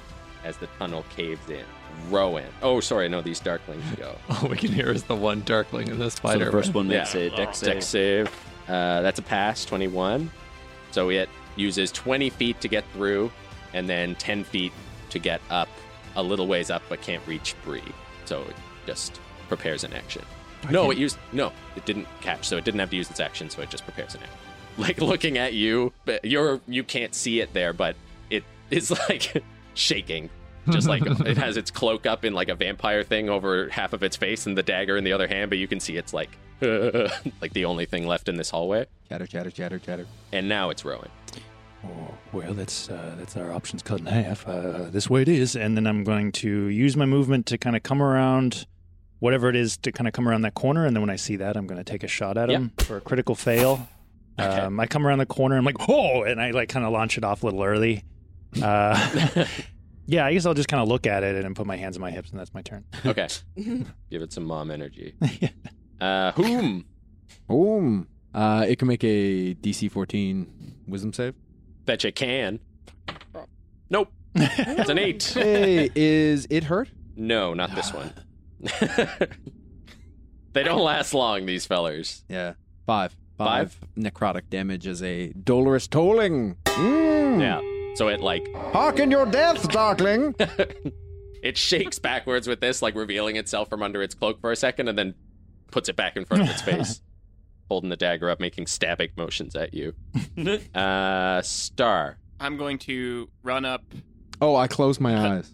[SPEAKER 1] as the tunnel caves in. Rowan. Oh, sorry, no, these darklings go.
[SPEAKER 2] All we can hear is the one darkling in the
[SPEAKER 5] So
[SPEAKER 2] spider.
[SPEAKER 5] the first one makes
[SPEAKER 1] Yeah.
[SPEAKER 5] a dex save.
[SPEAKER 1] Deck save. Uh, that's a pass, 21. So it uses 20 feet to get through, and then 10 feet to get up, a little ways up, but can't reach Bree. So it just prepares an action. no, it used. No, it didn't catch, so it didn't have to use its action, so it just prepares an action. Like looking at you, but you're you can't see it there, but it is like shaking. Just like it has its cloak up in like a vampire thing over half of its face and the dagger in the other hand, but you can see it's like like the only thing left in this hallway.
[SPEAKER 8] Chatter, chatter, chatter, chatter.
[SPEAKER 1] And now it's Rowan.
[SPEAKER 6] Oh, well, that's uh, that's our options cut in half. Uh, this way it is, and then I'm going to use my movement to kind of come around, whatever it is, to kind of come around that corner. And then when I see that, I'm going to take a shot at
[SPEAKER 1] Yeah.
[SPEAKER 6] him for a critical fail.
[SPEAKER 1] Okay.
[SPEAKER 6] Um, I come around the corner. I'm like, oh, and I like kind of launch it off a little early. Uh, yeah, I guess I'll just kind of look at it and then put my hands on my hips, and that's my turn.
[SPEAKER 1] Okay. Give it some mom energy. Uh whom?
[SPEAKER 8] Boom. Uh, it can make a DC 14 wisdom save.
[SPEAKER 1] Bet you can. Nope. It's an eight.
[SPEAKER 8] Hey, is it hurt?
[SPEAKER 1] No, not this one. they don't last long, these fellers.
[SPEAKER 8] Yeah. Five.
[SPEAKER 1] Five?
[SPEAKER 8] Necrotic damage is a dolorous tolling.
[SPEAKER 4] Mm.
[SPEAKER 1] Yeah. So it like
[SPEAKER 4] Hearken your death, darkling.
[SPEAKER 1] it shakes backwards with this, like revealing itself from under its cloak for a second, and then puts it back in front of its face, holding the dagger up, making stabbing motions at you. Uh, Star,
[SPEAKER 9] I'm going to run up.
[SPEAKER 8] Oh, I closed my eyes.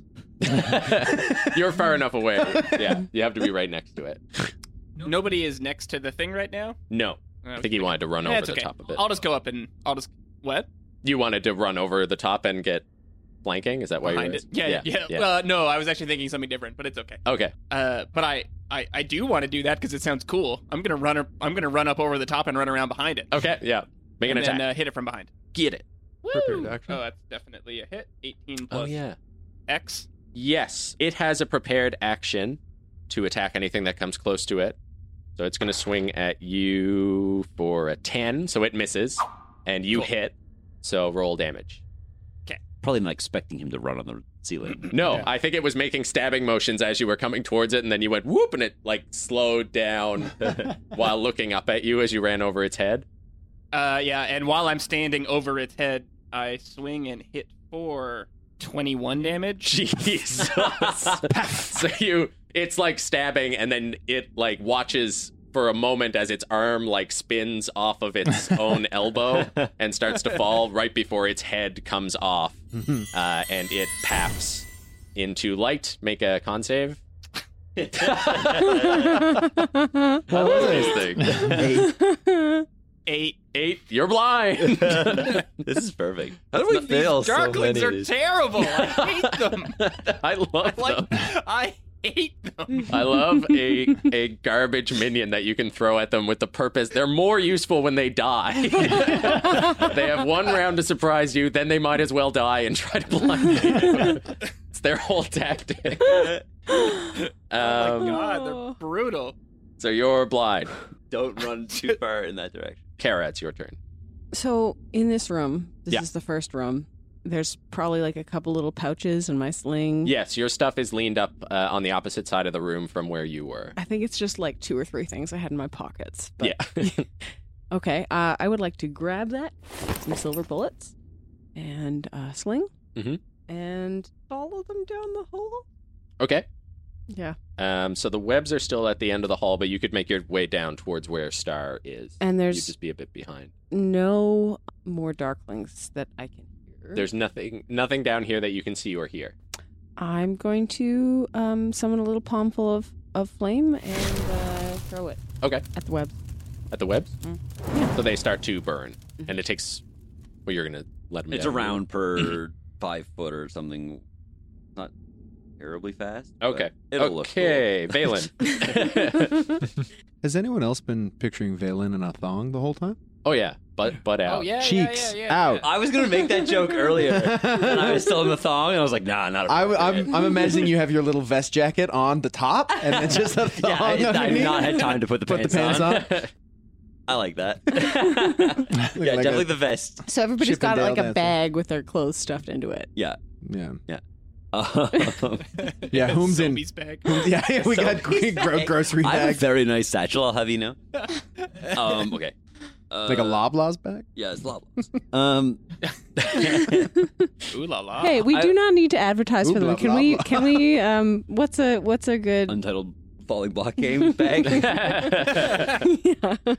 [SPEAKER 1] you're far enough away. Yeah, you have to be right next to it.
[SPEAKER 9] Nobody is next to the thing right now.
[SPEAKER 1] No, I think he wanted to run over
[SPEAKER 9] That's
[SPEAKER 1] the
[SPEAKER 9] okay.
[SPEAKER 1] top of it.
[SPEAKER 9] I'll just go up and I'll just what
[SPEAKER 1] You wanted to run over the top and get flanking. Is that why
[SPEAKER 9] behind
[SPEAKER 1] you?
[SPEAKER 9] it? Yeah, yeah. Uh, no, I was actually thinking something different, but it's okay.
[SPEAKER 1] okay.
[SPEAKER 9] Uh, but I, I, I do want to do that because it sounds cool. I'm gonna run. up- I'm gonna run up over the top and run around behind it.
[SPEAKER 1] Okay. Yeah. Make an
[SPEAKER 9] and
[SPEAKER 1] attack.
[SPEAKER 9] then uh, hit it from behind.
[SPEAKER 1] Get it.
[SPEAKER 2] Prepared
[SPEAKER 9] Woo!
[SPEAKER 2] action.
[SPEAKER 9] Oh, that's definitely a hit. 18
[SPEAKER 1] Oh
[SPEAKER 9] plus
[SPEAKER 1] yeah.
[SPEAKER 9] X.
[SPEAKER 1] Yes, it has a prepared action to attack anything that comes close to it. So it's going to swing at you for a 10, so it misses, and you
[SPEAKER 9] Cool.
[SPEAKER 1] hit, so roll damage.
[SPEAKER 5] Probably not expecting him to run on the ceiling.
[SPEAKER 1] No, I think it was making stabbing motions as you were coming towards it, and then you went whoop, and it like slowed down while looking up at you as you ran over its head.
[SPEAKER 9] Uh, yeah, and while I'm standing over its head, I swing and hit for 21 damage.
[SPEAKER 1] Jesus. so you it's like stabbing and then it like watches for a moment as its arm like spins off of its own elbow and starts to fall right before its head comes off. Uh, and it paps into light. Make a con save. I love these things.
[SPEAKER 9] Eight.
[SPEAKER 1] Eight, you're blind.
[SPEAKER 5] this is perfect. How do we fail
[SPEAKER 9] Darklings are terrible. I hate them.
[SPEAKER 1] I love
[SPEAKER 9] Like
[SPEAKER 1] them.
[SPEAKER 9] I ate them.
[SPEAKER 1] I love a a garbage minion that you can throw at them with the purpose. They're more useful when they die. they have one round to surprise you, then they might as well die and try to blind you. it's their whole tactic.
[SPEAKER 9] Oh my
[SPEAKER 1] Um,
[SPEAKER 9] god, they're brutal.
[SPEAKER 1] so you're blind.
[SPEAKER 5] Don't run too far in that direction.
[SPEAKER 1] Kara, it's your turn.
[SPEAKER 7] So in this room, this
[SPEAKER 1] Yeah.
[SPEAKER 7] is the first room. There's probably like a couple little pouches and my sling.
[SPEAKER 1] Yes, your stuff is leaned up uh, on the opposite side of the room from where you were.
[SPEAKER 7] I think it's just like two or three things I had in my pockets. But
[SPEAKER 1] yeah.
[SPEAKER 7] Okay, uh, I would like to grab that, some silver bullets, and a sling,
[SPEAKER 1] Mhm.
[SPEAKER 8] Mm-hmm.
[SPEAKER 7] and follow them down the hole.
[SPEAKER 1] okay.
[SPEAKER 7] Yeah,
[SPEAKER 1] Um, so the webs are still at the end of the hall, but you could make your way down towards where Star is.
[SPEAKER 7] and
[SPEAKER 1] You'd
[SPEAKER 7] there's
[SPEAKER 1] just be a bit behind.
[SPEAKER 7] no more darklings that I can hear.
[SPEAKER 1] There's nothing nothing down here that you can see or hear.
[SPEAKER 7] I'm going to um, summon a little palmful of of flame and uh, throw it.
[SPEAKER 1] Okay.
[SPEAKER 7] At the web.
[SPEAKER 1] At the webs?
[SPEAKER 7] Mm. Mm-hmm.
[SPEAKER 1] So they start to burn. And it takes well you're gonna let them
[SPEAKER 5] It's a
[SPEAKER 1] down.
[SPEAKER 5] round per five foot or something. Not terribly fast. but
[SPEAKER 1] Okay.
[SPEAKER 5] It'll look cool.
[SPEAKER 1] okay, Valen.
[SPEAKER 8] Has anyone else been picturing Valen in a thong the whole time?
[SPEAKER 1] oh yeah. Butt butt out.
[SPEAKER 9] Oh yeah,
[SPEAKER 8] Cheeks
[SPEAKER 9] yeah, yeah, yeah,
[SPEAKER 8] out.
[SPEAKER 9] yeah.
[SPEAKER 5] I was gonna make that joke earlier, and I was still in the thong, and I was like, "Nah, not."
[SPEAKER 8] I,
[SPEAKER 5] appropriate.
[SPEAKER 8] am I'm imagining you have your little vest jacket on the top and then just a thong
[SPEAKER 5] yeah, I, I've
[SPEAKER 8] underneath.
[SPEAKER 5] not had time to put the
[SPEAKER 8] Put the
[SPEAKER 5] pants,
[SPEAKER 8] pants on.
[SPEAKER 5] I like that. yeah,
[SPEAKER 8] Looking like
[SPEAKER 5] definitely
[SPEAKER 8] a-
[SPEAKER 5] the vest.
[SPEAKER 7] So everybody's got
[SPEAKER 8] Chippendale
[SPEAKER 7] like a
[SPEAKER 8] dancer.
[SPEAKER 7] bag with their clothes stuffed into it.
[SPEAKER 5] Yeah.
[SPEAKER 8] yeah.
[SPEAKER 5] Um,
[SPEAKER 8] Yeah, whom's in?
[SPEAKER 9] Sobeys bag.
[SPEAKER 8] Yeah, yeah, we got
[SPEAKER 5] Sobeys
[SPEAKER 8] gro-
[SPEAKER 5] bag.
[SPEAKER 8] grocery
[SPEAKER 5] I have a
[SPEAKER 8] bags.
[SPEAKER 5] very nice satchel. I'll have you know. Um, okay. Uh,
[SPEAKER 8] Like a Loblaws bag?
[SPEAKER 5] Yeah, it's lob. um,
[SPEAKER 9] Ooh la la.
[SPEAKER 7] Hey, we
[SPEAKER 5] I-
[SPEAKER 7] do not need to advertise
[SPEAKER 8] Uh, Ooh,
[SPEAKER 7] for them.
[SPEAKER 8] blah,
[SPEAKER 7] can
[SPEAKER 8] blah,
[SPEAKER 7] we?
[SPEAKER 8] blah.
[SPEAKER 7] Can we? Um, what's a what's a good?
[SPEAKER 5] untitled falling block game bag.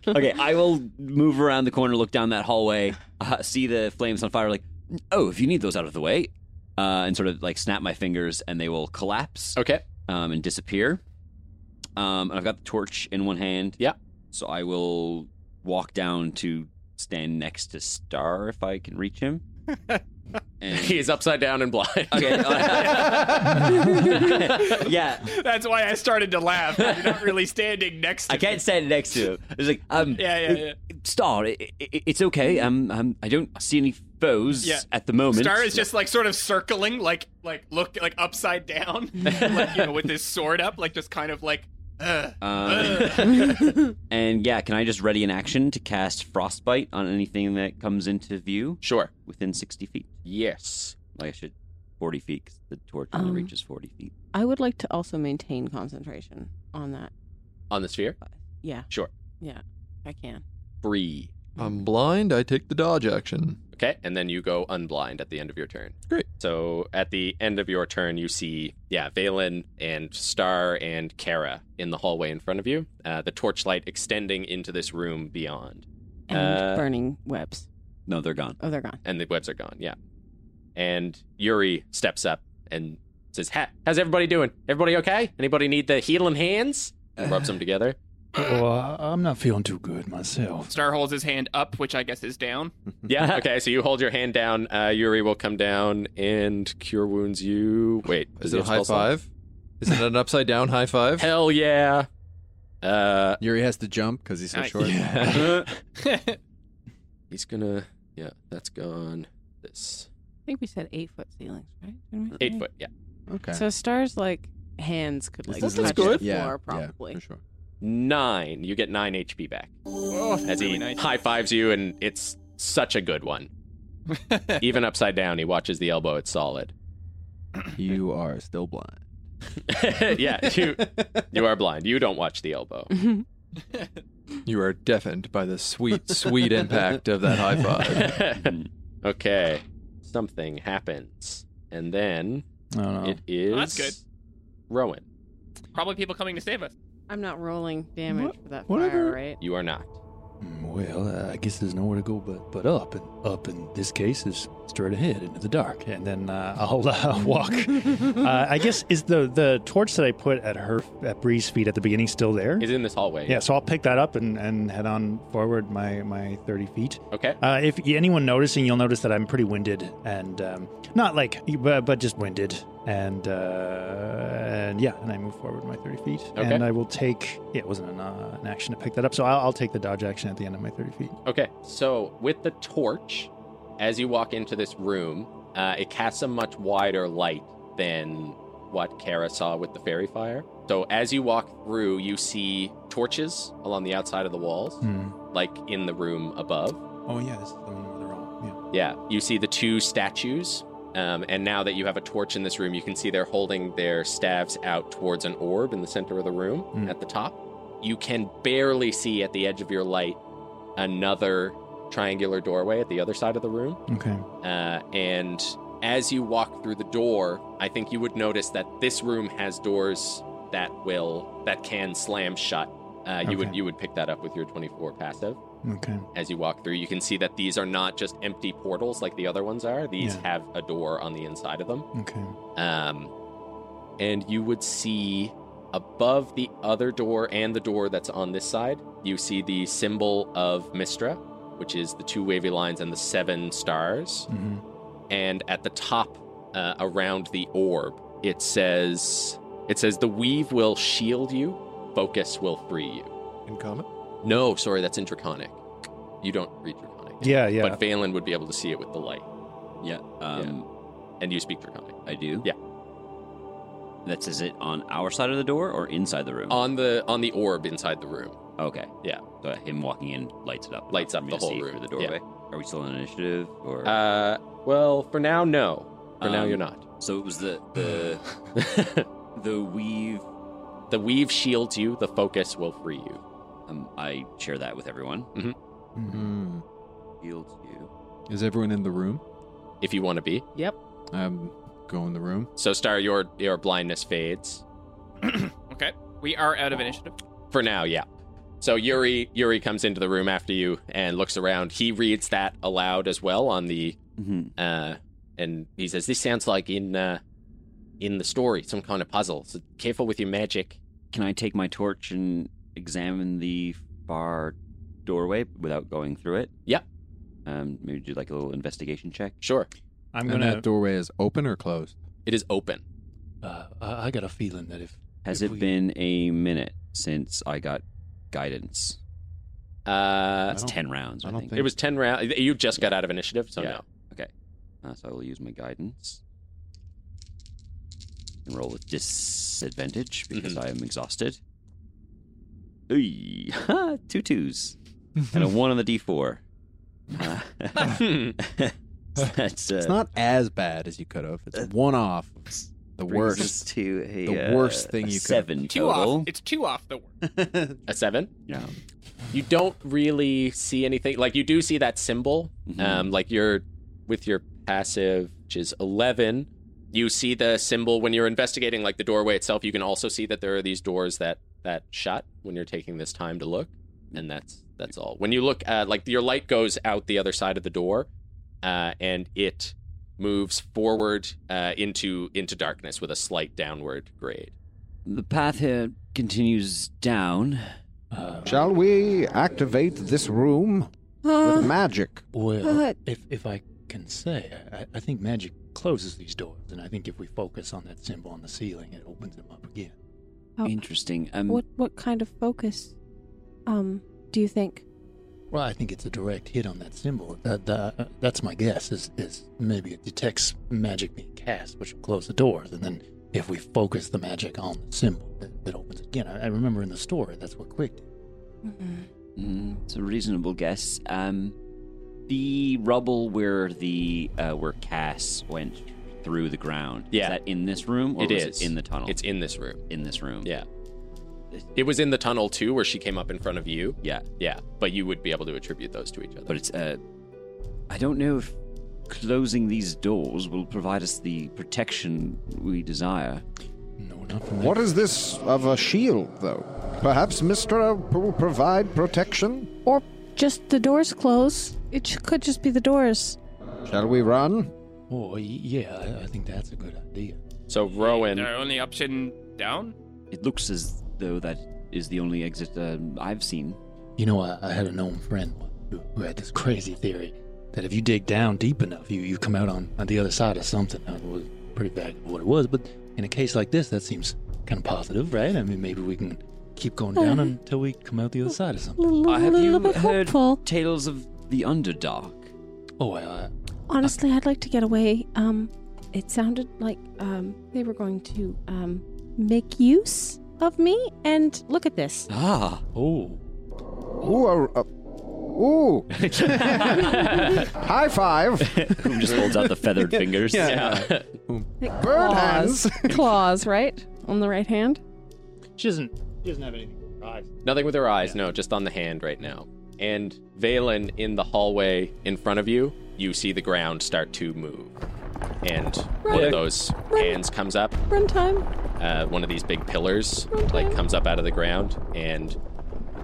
[SPEAKER 5] Okay, I will move around the corner, look down that hallway, uh, see the flames on fire, like, oh, if you need those out of the way, uh, and sort of like snap my fingers and they will collapse
[SPEAKER 1] Okay.
[SPEAKER 5] um, and disappear. Um, and I've got the torch in one hand.
[SPEAKER 1] Yeah.
[SPEAKER 5] So I will walk down to stand next to Star if I can reach him. And-
[SPEAKER 1] He's upside down and blind.
[SPEAKER 5] okay. uh, yeah,
[SPEAKER 9] That's why I started to laugh. You're not really standing next to
[SPEAKER 5] I can't
[SPEAKER 9] me.
[SPEAKER 5] stand next to him. It's like, um,
[SPEAKER 9] Yeah, yeah, yeah.
[SPEAKER 5] Star, i i it's okay. Um, um, I don't see any foes
[SPEAKER 9] Yeah.
[SPEAKER 5] at the moment.
[SPEAKER 9] Star is just like sort of circling, like like look like upside down, like you know, with his sword up, like just kind of like. Uh,
[SPEAKER 5] Um, and yeah, can I just ready an action to cast frostbite on anything that comes into view
[SPEAKER 1] Sure.
[SPEAKER 5] within sixty feet?
[SPEAKER 1] Yes.
[SPEAKER 5] Like I should forty feet. 'cause the torch only
[SPEAKER 7] Um.
[SPEAKER 5] reaches forty feet.
[SPEAKER 7] I would like to also maintain concentration on that.
[SPEAKER 1] On the sphere?
[SPEAKER 7] Yeah.
[SPEAKER 1] Sure.
[SPEAKER 7] Yeah, if I can.
[SPEAKER 1] Free.
[SPEAKER 2] I'm blind. I take the dodge action.
[SPEAKER 1] Okay, and then you go unblind at the end of your turn.
[SPEAKER 2] Great.
[SPEAKER 1] So at the end of your turn, you see, yeah, Valen and Star and Kara in the hallway in front of you. Uh, the torchlight extending into this room beyond,
[SPEAKER 7] And
[SPEAKER 1] Uh,
[SPEAKER 7] burning webs.
[SPEAKER 5] No, they're gone.
[SPEAKER 7] Oh, they're gone.
[SPEAKER 1] and the webs are gone. Yeah, and Yuri steps up and says, ha- "How's everybody doing? Everybody okay? Anybody need the healing hands?" Rubs them together.
[SPEAKER 6] Oh, I- I'm not feeling too good myself.
[SPEAKER 9] Star holds his hand up, which I guess is down.
[SPEAKER 1] Hmm. Yeah. Okay. So you hold your hand down. Uh, Yuri will come down and cure wounds you. Wait, does
[SPEAKER 2] Is
[SPEAKER 1] he
[SPEAKER 2] it a
[SPEAKER 1] have
[SPEAKER 2] high
[SPEAKER 1] spell slot?
[SPEAKER 2] five? Is it an upside down high five?
[SPEAKER 1] Hell yeah. Uh,
[SPEAKER 8] Yuri has to jump because he's so
[SPEAKER 9] Nice.
[SPEAKER 8] short.
[SPEAKER 1] He's gonna. Yeah, that's gone. This
[SPEAKER 7] I think we said eight foot ceilings, right? Didn't we
[SPEAKER 1] eight
[SPEAKER 7] say?
[SPEAKER 1] foot. Yeah.
[SPEAKER 8] Okay.
[SPEAKER 7] So stars like hands could like
[SPEAKER 8] This is
[SPEAKER 7] touch
[SPEAKER 1] good.
[SPEAKER 7] the
[SPEAKER 8] Yeah,
[SPEAKER 7] floor
[SPEAKER 8] yeah,
[SPEAKER 7] probably.
[SPEAKER 8] for sure.
[SPEAKER 1] Nine. You get nine HP back
[SPEAKER 9] Oh,
[SPEAKER 1] as
[SPEAKER 9] really
[SPEAKER 1] he
[SPEAKER 9] nice.
[SPEAKER 1] high fives you, and it's such a good one. Even upside down, he watches the elbow. It's solid.
[SPEAKER 8] You are still blind.
[SPEAKER 1] yeah, you you are blind. You don't watch the elbow.
[SPEAKER 2] You are deafened by the sweet, sweet impact of that high five.
[SPEAKER 1] okay, something happens, and then
[SPEAKER 6] I don't know.
[SPEAKER 1] it is
[SPEAKER 9] Oh, that's good.
[SPEAKER 1] Rowan,
[SPEAKER 9] Probably people coming to save us.
[SPEAKER 7] I'm not rolling damage
[SPEAKER 6] What-
[SPEAKER 7] for that
[SPEAKER 6] whatever-
[SPEAKER 7] fire, right?
[SPEAKER 1] you are not.
[SPEAKER 6] Mm, Well, uh, I guess there's nowhere to go but but up, and up in this case is straight ahead into the dark. And then uh, I'll uh, walk. uh, I guess is the the torch that I put at her at Bree's feet at the beginning still there?
[SPEAKER 1] Is in this hallway.
[SPEAKER 6] yeah, so I'll pick that up and, and head on forward my, my 30 feet.
[SPEAKER 1] Okay.
[SPEAKER 6] Uh, if anyone noticing, you'll notice that I'm pretty winded and um, not like, but, but just winded. and uh, and yeah, and I move forward my thirty feet,
[SPEAKER 1] Okay.
[SPEAKER 6] and I will take. Yeah, it wasn't an, uh, an action to pick that up, so I'll, I'll take the dodge action at the end of my thirty feet.
[SPEAKER 1] Okay, so with the torch, as you walk into this room, uh, it casts a much wider light than what Kara saw with the fairy fire. So as you walk through, you see torches along the outside of the walls, like in the room above.
[SPEAKER 6] Oh yeah, this is the one where they're all.
[SPEAKER 1] Yeah, you see the two statues. Um, and now that you have a torch in this room, you can see they're holding their staves out towards an orb in the center of the room
[SPEAKER 6] Mm.
[SPEAKER 1] at the top. You can barely see at the edge of your light another triangular doorway at the other side of the room.
[SPEAKER 6] Yeah. Okay.
[SPEAKER 1] Uh, and as you walk through the door, I think you would notice that this room has doors that will that can slam shut. Uh, You would
[SPEAKER 6] Okay.
[SPEAKER 1] you would pick that up with your 24 passive
[SPEAKER 6] Okay.
[SPEAKER 1] as you walk through, you can see that these are not just empty portals like the other ones are. These
[SPEAKER 6] Yeah.
[SPEAKER 1] have a door on the inside of them.
[SPEAKER 6] Okay.
[SPEAKER 1] Um, and you would see above the other door and the door that's on this side, you see the symbol of Mistra, which is the two wavy lines and the seven stars.
[SPEAKER 6] hmm
[SPEAKER 1] And at the top, uh, around the orb, it says, "It says the weave will shield you, focus will free you."
[SPEAKER 2] In common?
[SPEAKER 1] No, sorry, that's in Draconic. You don't read Draconic
[SPEAKER 6] Yeah. Yeah.
[SPEAKER 1] but Valen would be able to see it with the light.
[SPEAKER 5] Yeah. Um,
[SPEAKER 1] And you speak Draconic
[SPEAKER 5] I do.
[SPEAKER 1] Yeah.
[SPEAKER 5] That says it on our side of the door or inside the room?
[SPEAKER 1] on the on the orb inside the room.
[SPEAKER 5] okay.
[SPEAKER 1] Uh, yeah.
[SPEAKER 5] So him walking in lights it up.
[SPEAKER 1] Lights
[SPEAKER 5] For
[SPEAKER 1] up
[SPEAKER 5] me
[SPEAKER 1] the
[SPEAKER 5] to
[SPEAKER 1] whole
[SPEAKER 5] see
[SPEAKER 1] room,
[SPEAKER 5] through the
[SPEAKER 1] yeah.
[SPEAKER 5] doorway. Are we still in initiative or?
[SPEAKER 1] Uh, well, for now, no. For now,
[SPEAKER 5] Um,
[SPEAKER 1] you're not. Uh,
[SPEAKER 5] so it was the the the weave.
[SPEAKER 1] The weave shields you. The focus will free you. Mm-hmm.
[SPEAKER 5] Um, I share that with everyone.
[SPEAKER 8] Hmm.
[SPEAKER 5] Yields you.
[SPEAKER 8] Is everyone in the room?
[SPEAKER 1] If you want to be. Yep.
[SPEAKER 8] Um, go in the room.
[SPEAKER 1] So, Star, your your blindness fades
[SPEAKER 9] Okay. We are out of initiative.
[SPEAKER 1] for now. Yeah. So Yuri Yuri comes into the room after you and looks around. He reads that aloud as well on the
[SPEAKER 5] Mm-hmm.
[SPEAKER 1] uh, and he says, "This sounds like in uh, in the story, some kind of puzzle. So careful with your magic."
[SPEAKER 5] Can I take my torch and examine the far doorway without going through it?
[SPEAKER 1] Yep.
[SPEAKER 5] Um, maybe do like a little investigation check.
[SPEAKER 1] Sure.
[SPEAKER 6] I'm
[SPEAKER 8] and
[SPEAKER 6] gonna.
[SPEAKER 8] that doorway is open or closed?
[SPEAKER 1] It is open.
[SPEAKER 6] uh, I I got a feeling that if
[SPEAKER 5] Has
[SPEAKER 6] If
[SPEAKER 5] it
[SPEAKER 6] we-
[SPEAKER 5] been a minute since I got guidance?
[SPEAKER 1] Uh,
[SPEAKER 5] That's
[SPEAKER 8] I don't-
[SPEAKER 5] ten rounds. I,
[SPEAKER 8] I don't
[SPEAKER 5] think.
[SPEAKER 8] think-
[SPEAKER 1] It was 10 rounds. You just got out of initiative, so
[SPEAKER 5] Yeah.
[SPEAKER 1] no.
[SPEAKER 5] Uh, so I will use my guidance and roll with disadvantage because
[SPEAKER 1] Mm-hmm.
[SPEAKER 5] I am exhausted. Ooh, ha, two twos and a one on the d4. Uh, that's uh,
[SPEAKER 8] It's not as bad as you could have. It's one off. The
[SPEAKER 5] brings us
[SPEAKER 8] worst.
[SPEAKER 5] to a,
[SPEAKER 8] the
[SPEAKER 5] uh,
[SPEAKER 8] worst thing
[SPEAKER 5] a
[SPEAKER 8] you could-
[SPEAKER 5] seven
[SPEAKER 9] Two
[SPEAKER 5] total.
[SPEAKER 9] off. It's two off the word.
[SPEAKER 1] A seven?
[SPEAKER 5] Yeah.
[SPEAKER 1] You don't really see anything. Like, you do see that symbol.
[SPEAKER 5] Mhm.
[SPEAKER 1] Um, like, you're with your passive, which is 11. You see the symbol when you're investigating, like, the doorway itself. You can also see that there are these doors that that shut when you're taking this time to look. And that's that's all. When you look at, like, your light goes out the other side of the door, uh, and it moves forward uh, into into darkness with a slight downward grade.
[SPEAKER 5] The path here continues down.
[SPEAKER 4] Shall we activate this room
[SPEAKER 5] Uh.
[SPEAKER 4] with magic?
[SPEAKER 6] Well,
[SPEAKER 7] But-
[SPEAKER 6] if if I can say, I, I think magic closes these doors, and I think if we focus on that symbol on the ceiling, it opens them up again.
[SPEAKER 7] Oh,
[SPEAKER 5] Interesting. Um,
[SPEAKER 7] what what kind of focus um do you think?
[SPEAKER 6] Well, I think it's a direct hit on that symbol. That, that that's my guess. Is is maybe it detects magic being cast, which will close the doors, and then if we focus the magic on the symbol, it, it opens again. I, I remember in the story that's what Quick did.
[SPEAKER 5] Mm, it's a reasonable guess. Um, the rubble where the uh, where Cass went through the ground.
[SPEAKER 1] Yeah.
[SPEAKER 5] is that in this room or
[SPEAKER 1] It
[SPEAKER 5] was
[SPEAKER 1] is.
[SPEAKER 5] it in the tunnel?
[SPEAKER 1] It's in this room.
[SPEAKER 5] in this room.
[SPEAKER 1] Yeah. It was in the tunnel too, where she came up in front of you.
[SPEAKER 5] yeah.
[SPEAKER 1] Yeah, but you would be able to attribute those to each other.
[SPEAKER 5] But it's uh, I don't know if closing these doors will provide us the protection we desire.
[SPEAKER 6] No, not from that.
[SPEAKER 4] What is this of a shield, though? Perhaps Mistra will provide protection?
[SPEAKER 7] Or just the doors close? It sh- could just be the doors.
[SPEAKER 4] Shall we run?
[SPEAKER 6] Oh, yeah, I, I think that's a good idea.
[SPEAKER 1] So Rowan,
[SPEAKER 9] Our only option down.
[SPEAKER 5] It looks as though that is the only exit um I've seen.
[SPEAKER 6] You know, I, I had a known friend who, who had this crazy theory that if you dig down deep enough, you, you come out on, on the other side of something. I was
[SPEAKER 10] pretty bad at what it was. But in a case like this, that seems kind of positive, right? I mean, maybe we can keep going down until we come out the other side or something.
[SPEAKER 7] little,
[SPEAKER 5] Uh, have
[SPEAKER 7] little
[SPEAKER 5] you
[SPEAKER 7] bit
[SPEAKER 5] heard
[SPEAKER 7] hopeful.
[SPEAKER 5] tales of the Underdark?
[SPEAKER 10] Oh, I,
[SPEAKER 7] Honestly, I'd like to get away. Um, it sounded like um, they were going to um, make use of me. And look at this.
[SPEAKER 5] Ah,
[SPEAKER 10] oh,
[SPEAKER 4] Ooh, a, a, ooh. High five.
[SPEAKER 5] who just holds out the feathered fingers?
[SPEAKER 6] Yeah.
[SPEAKER 4] Bird
[SPEAKER 7] claws.
[SPEAKER 4] hands.
[SPEAKER 7] claws, right? On the right hand.
[SPEAKER 10] she doesn't. She doesn't have anything. in her eyes.
[SPEAKER 6] Nothing with her eyes, no, just on the hand right now. And Valen in the hallway in front of you, you see the ground start to move. And one
[SPEAKER 7] Right.
[SPEAKER 6] of those
[SPEAKER 7] Right.
[SPEAKER 6] hands comes up,
[SPEAKER 7] Run time.
[SPEAKER 6] uh, one of these big pillars like comes up out of the ground and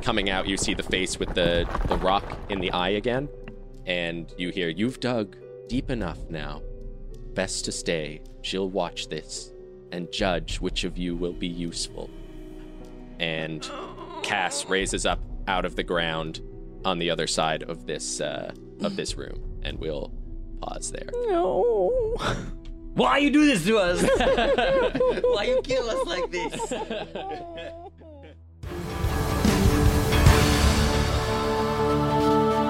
[SPEAKER 6] coming out you see the face with the, the rock in the eye again and you hear you've dug deep enough now best to stay she'll watch this and judge which of you will be useful and cass raises up out of the ground on the other side of this uh, of this room and we'll pause there
[SPEAKER 7] No.
[SPEAKER 5] Why you do this to us? Why you kill us like this?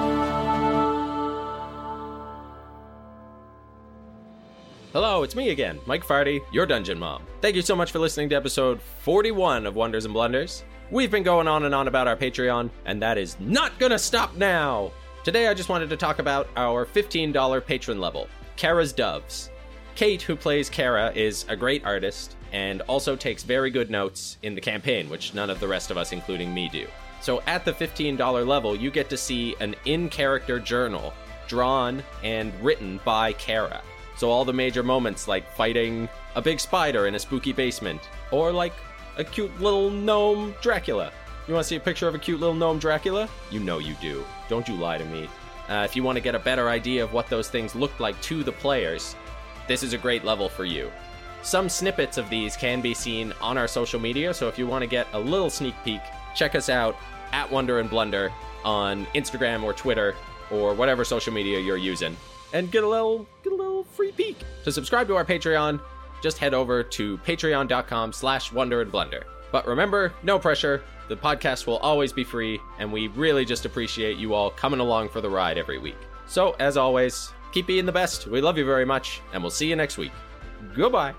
[SPEAKER 1] Hello, it's me again, Mike Farty, your Dungeon Mom. Thank you so much for listening to episode 41 of Wonders and Blunders. We've been going on and on about our Patreon, and that is not gonna stop now! Today I just wanted to talk about our $15 patron level, Kara's Doves. Kate, who plays Kara, is a great artist and also takes very good notes in the campaign, which none of the rest of us, including me, do. So at the $15 level, you get to see an in character journal drawn and written by Kara. So all the major moments, like fighting a big spider in a spooky basement, or like a cute little gnome Dracula. You want to see a picture of a cute little gnome Dracula? You know you do. Don't you lie to me. Uh, if you want to get a better idea of what those things looked like to the players, this is a great level for you. Some snippets of these can be seen on our social media, so if you want to get a little sneak peek, check us out at Wonder and Blunder on Instagram or Twitter or whatever social media you're using, and get a little get a little free peek. To subscribe to our Patreon, just head over to patreon.com/slash Wonder and Blunder. But remember, no pressure. The podcast will always be free, and we really just appreciate you all coming along for the ride every week. So, as always, keep being the best. We love you very much, and we'll see you next week. Goodbye.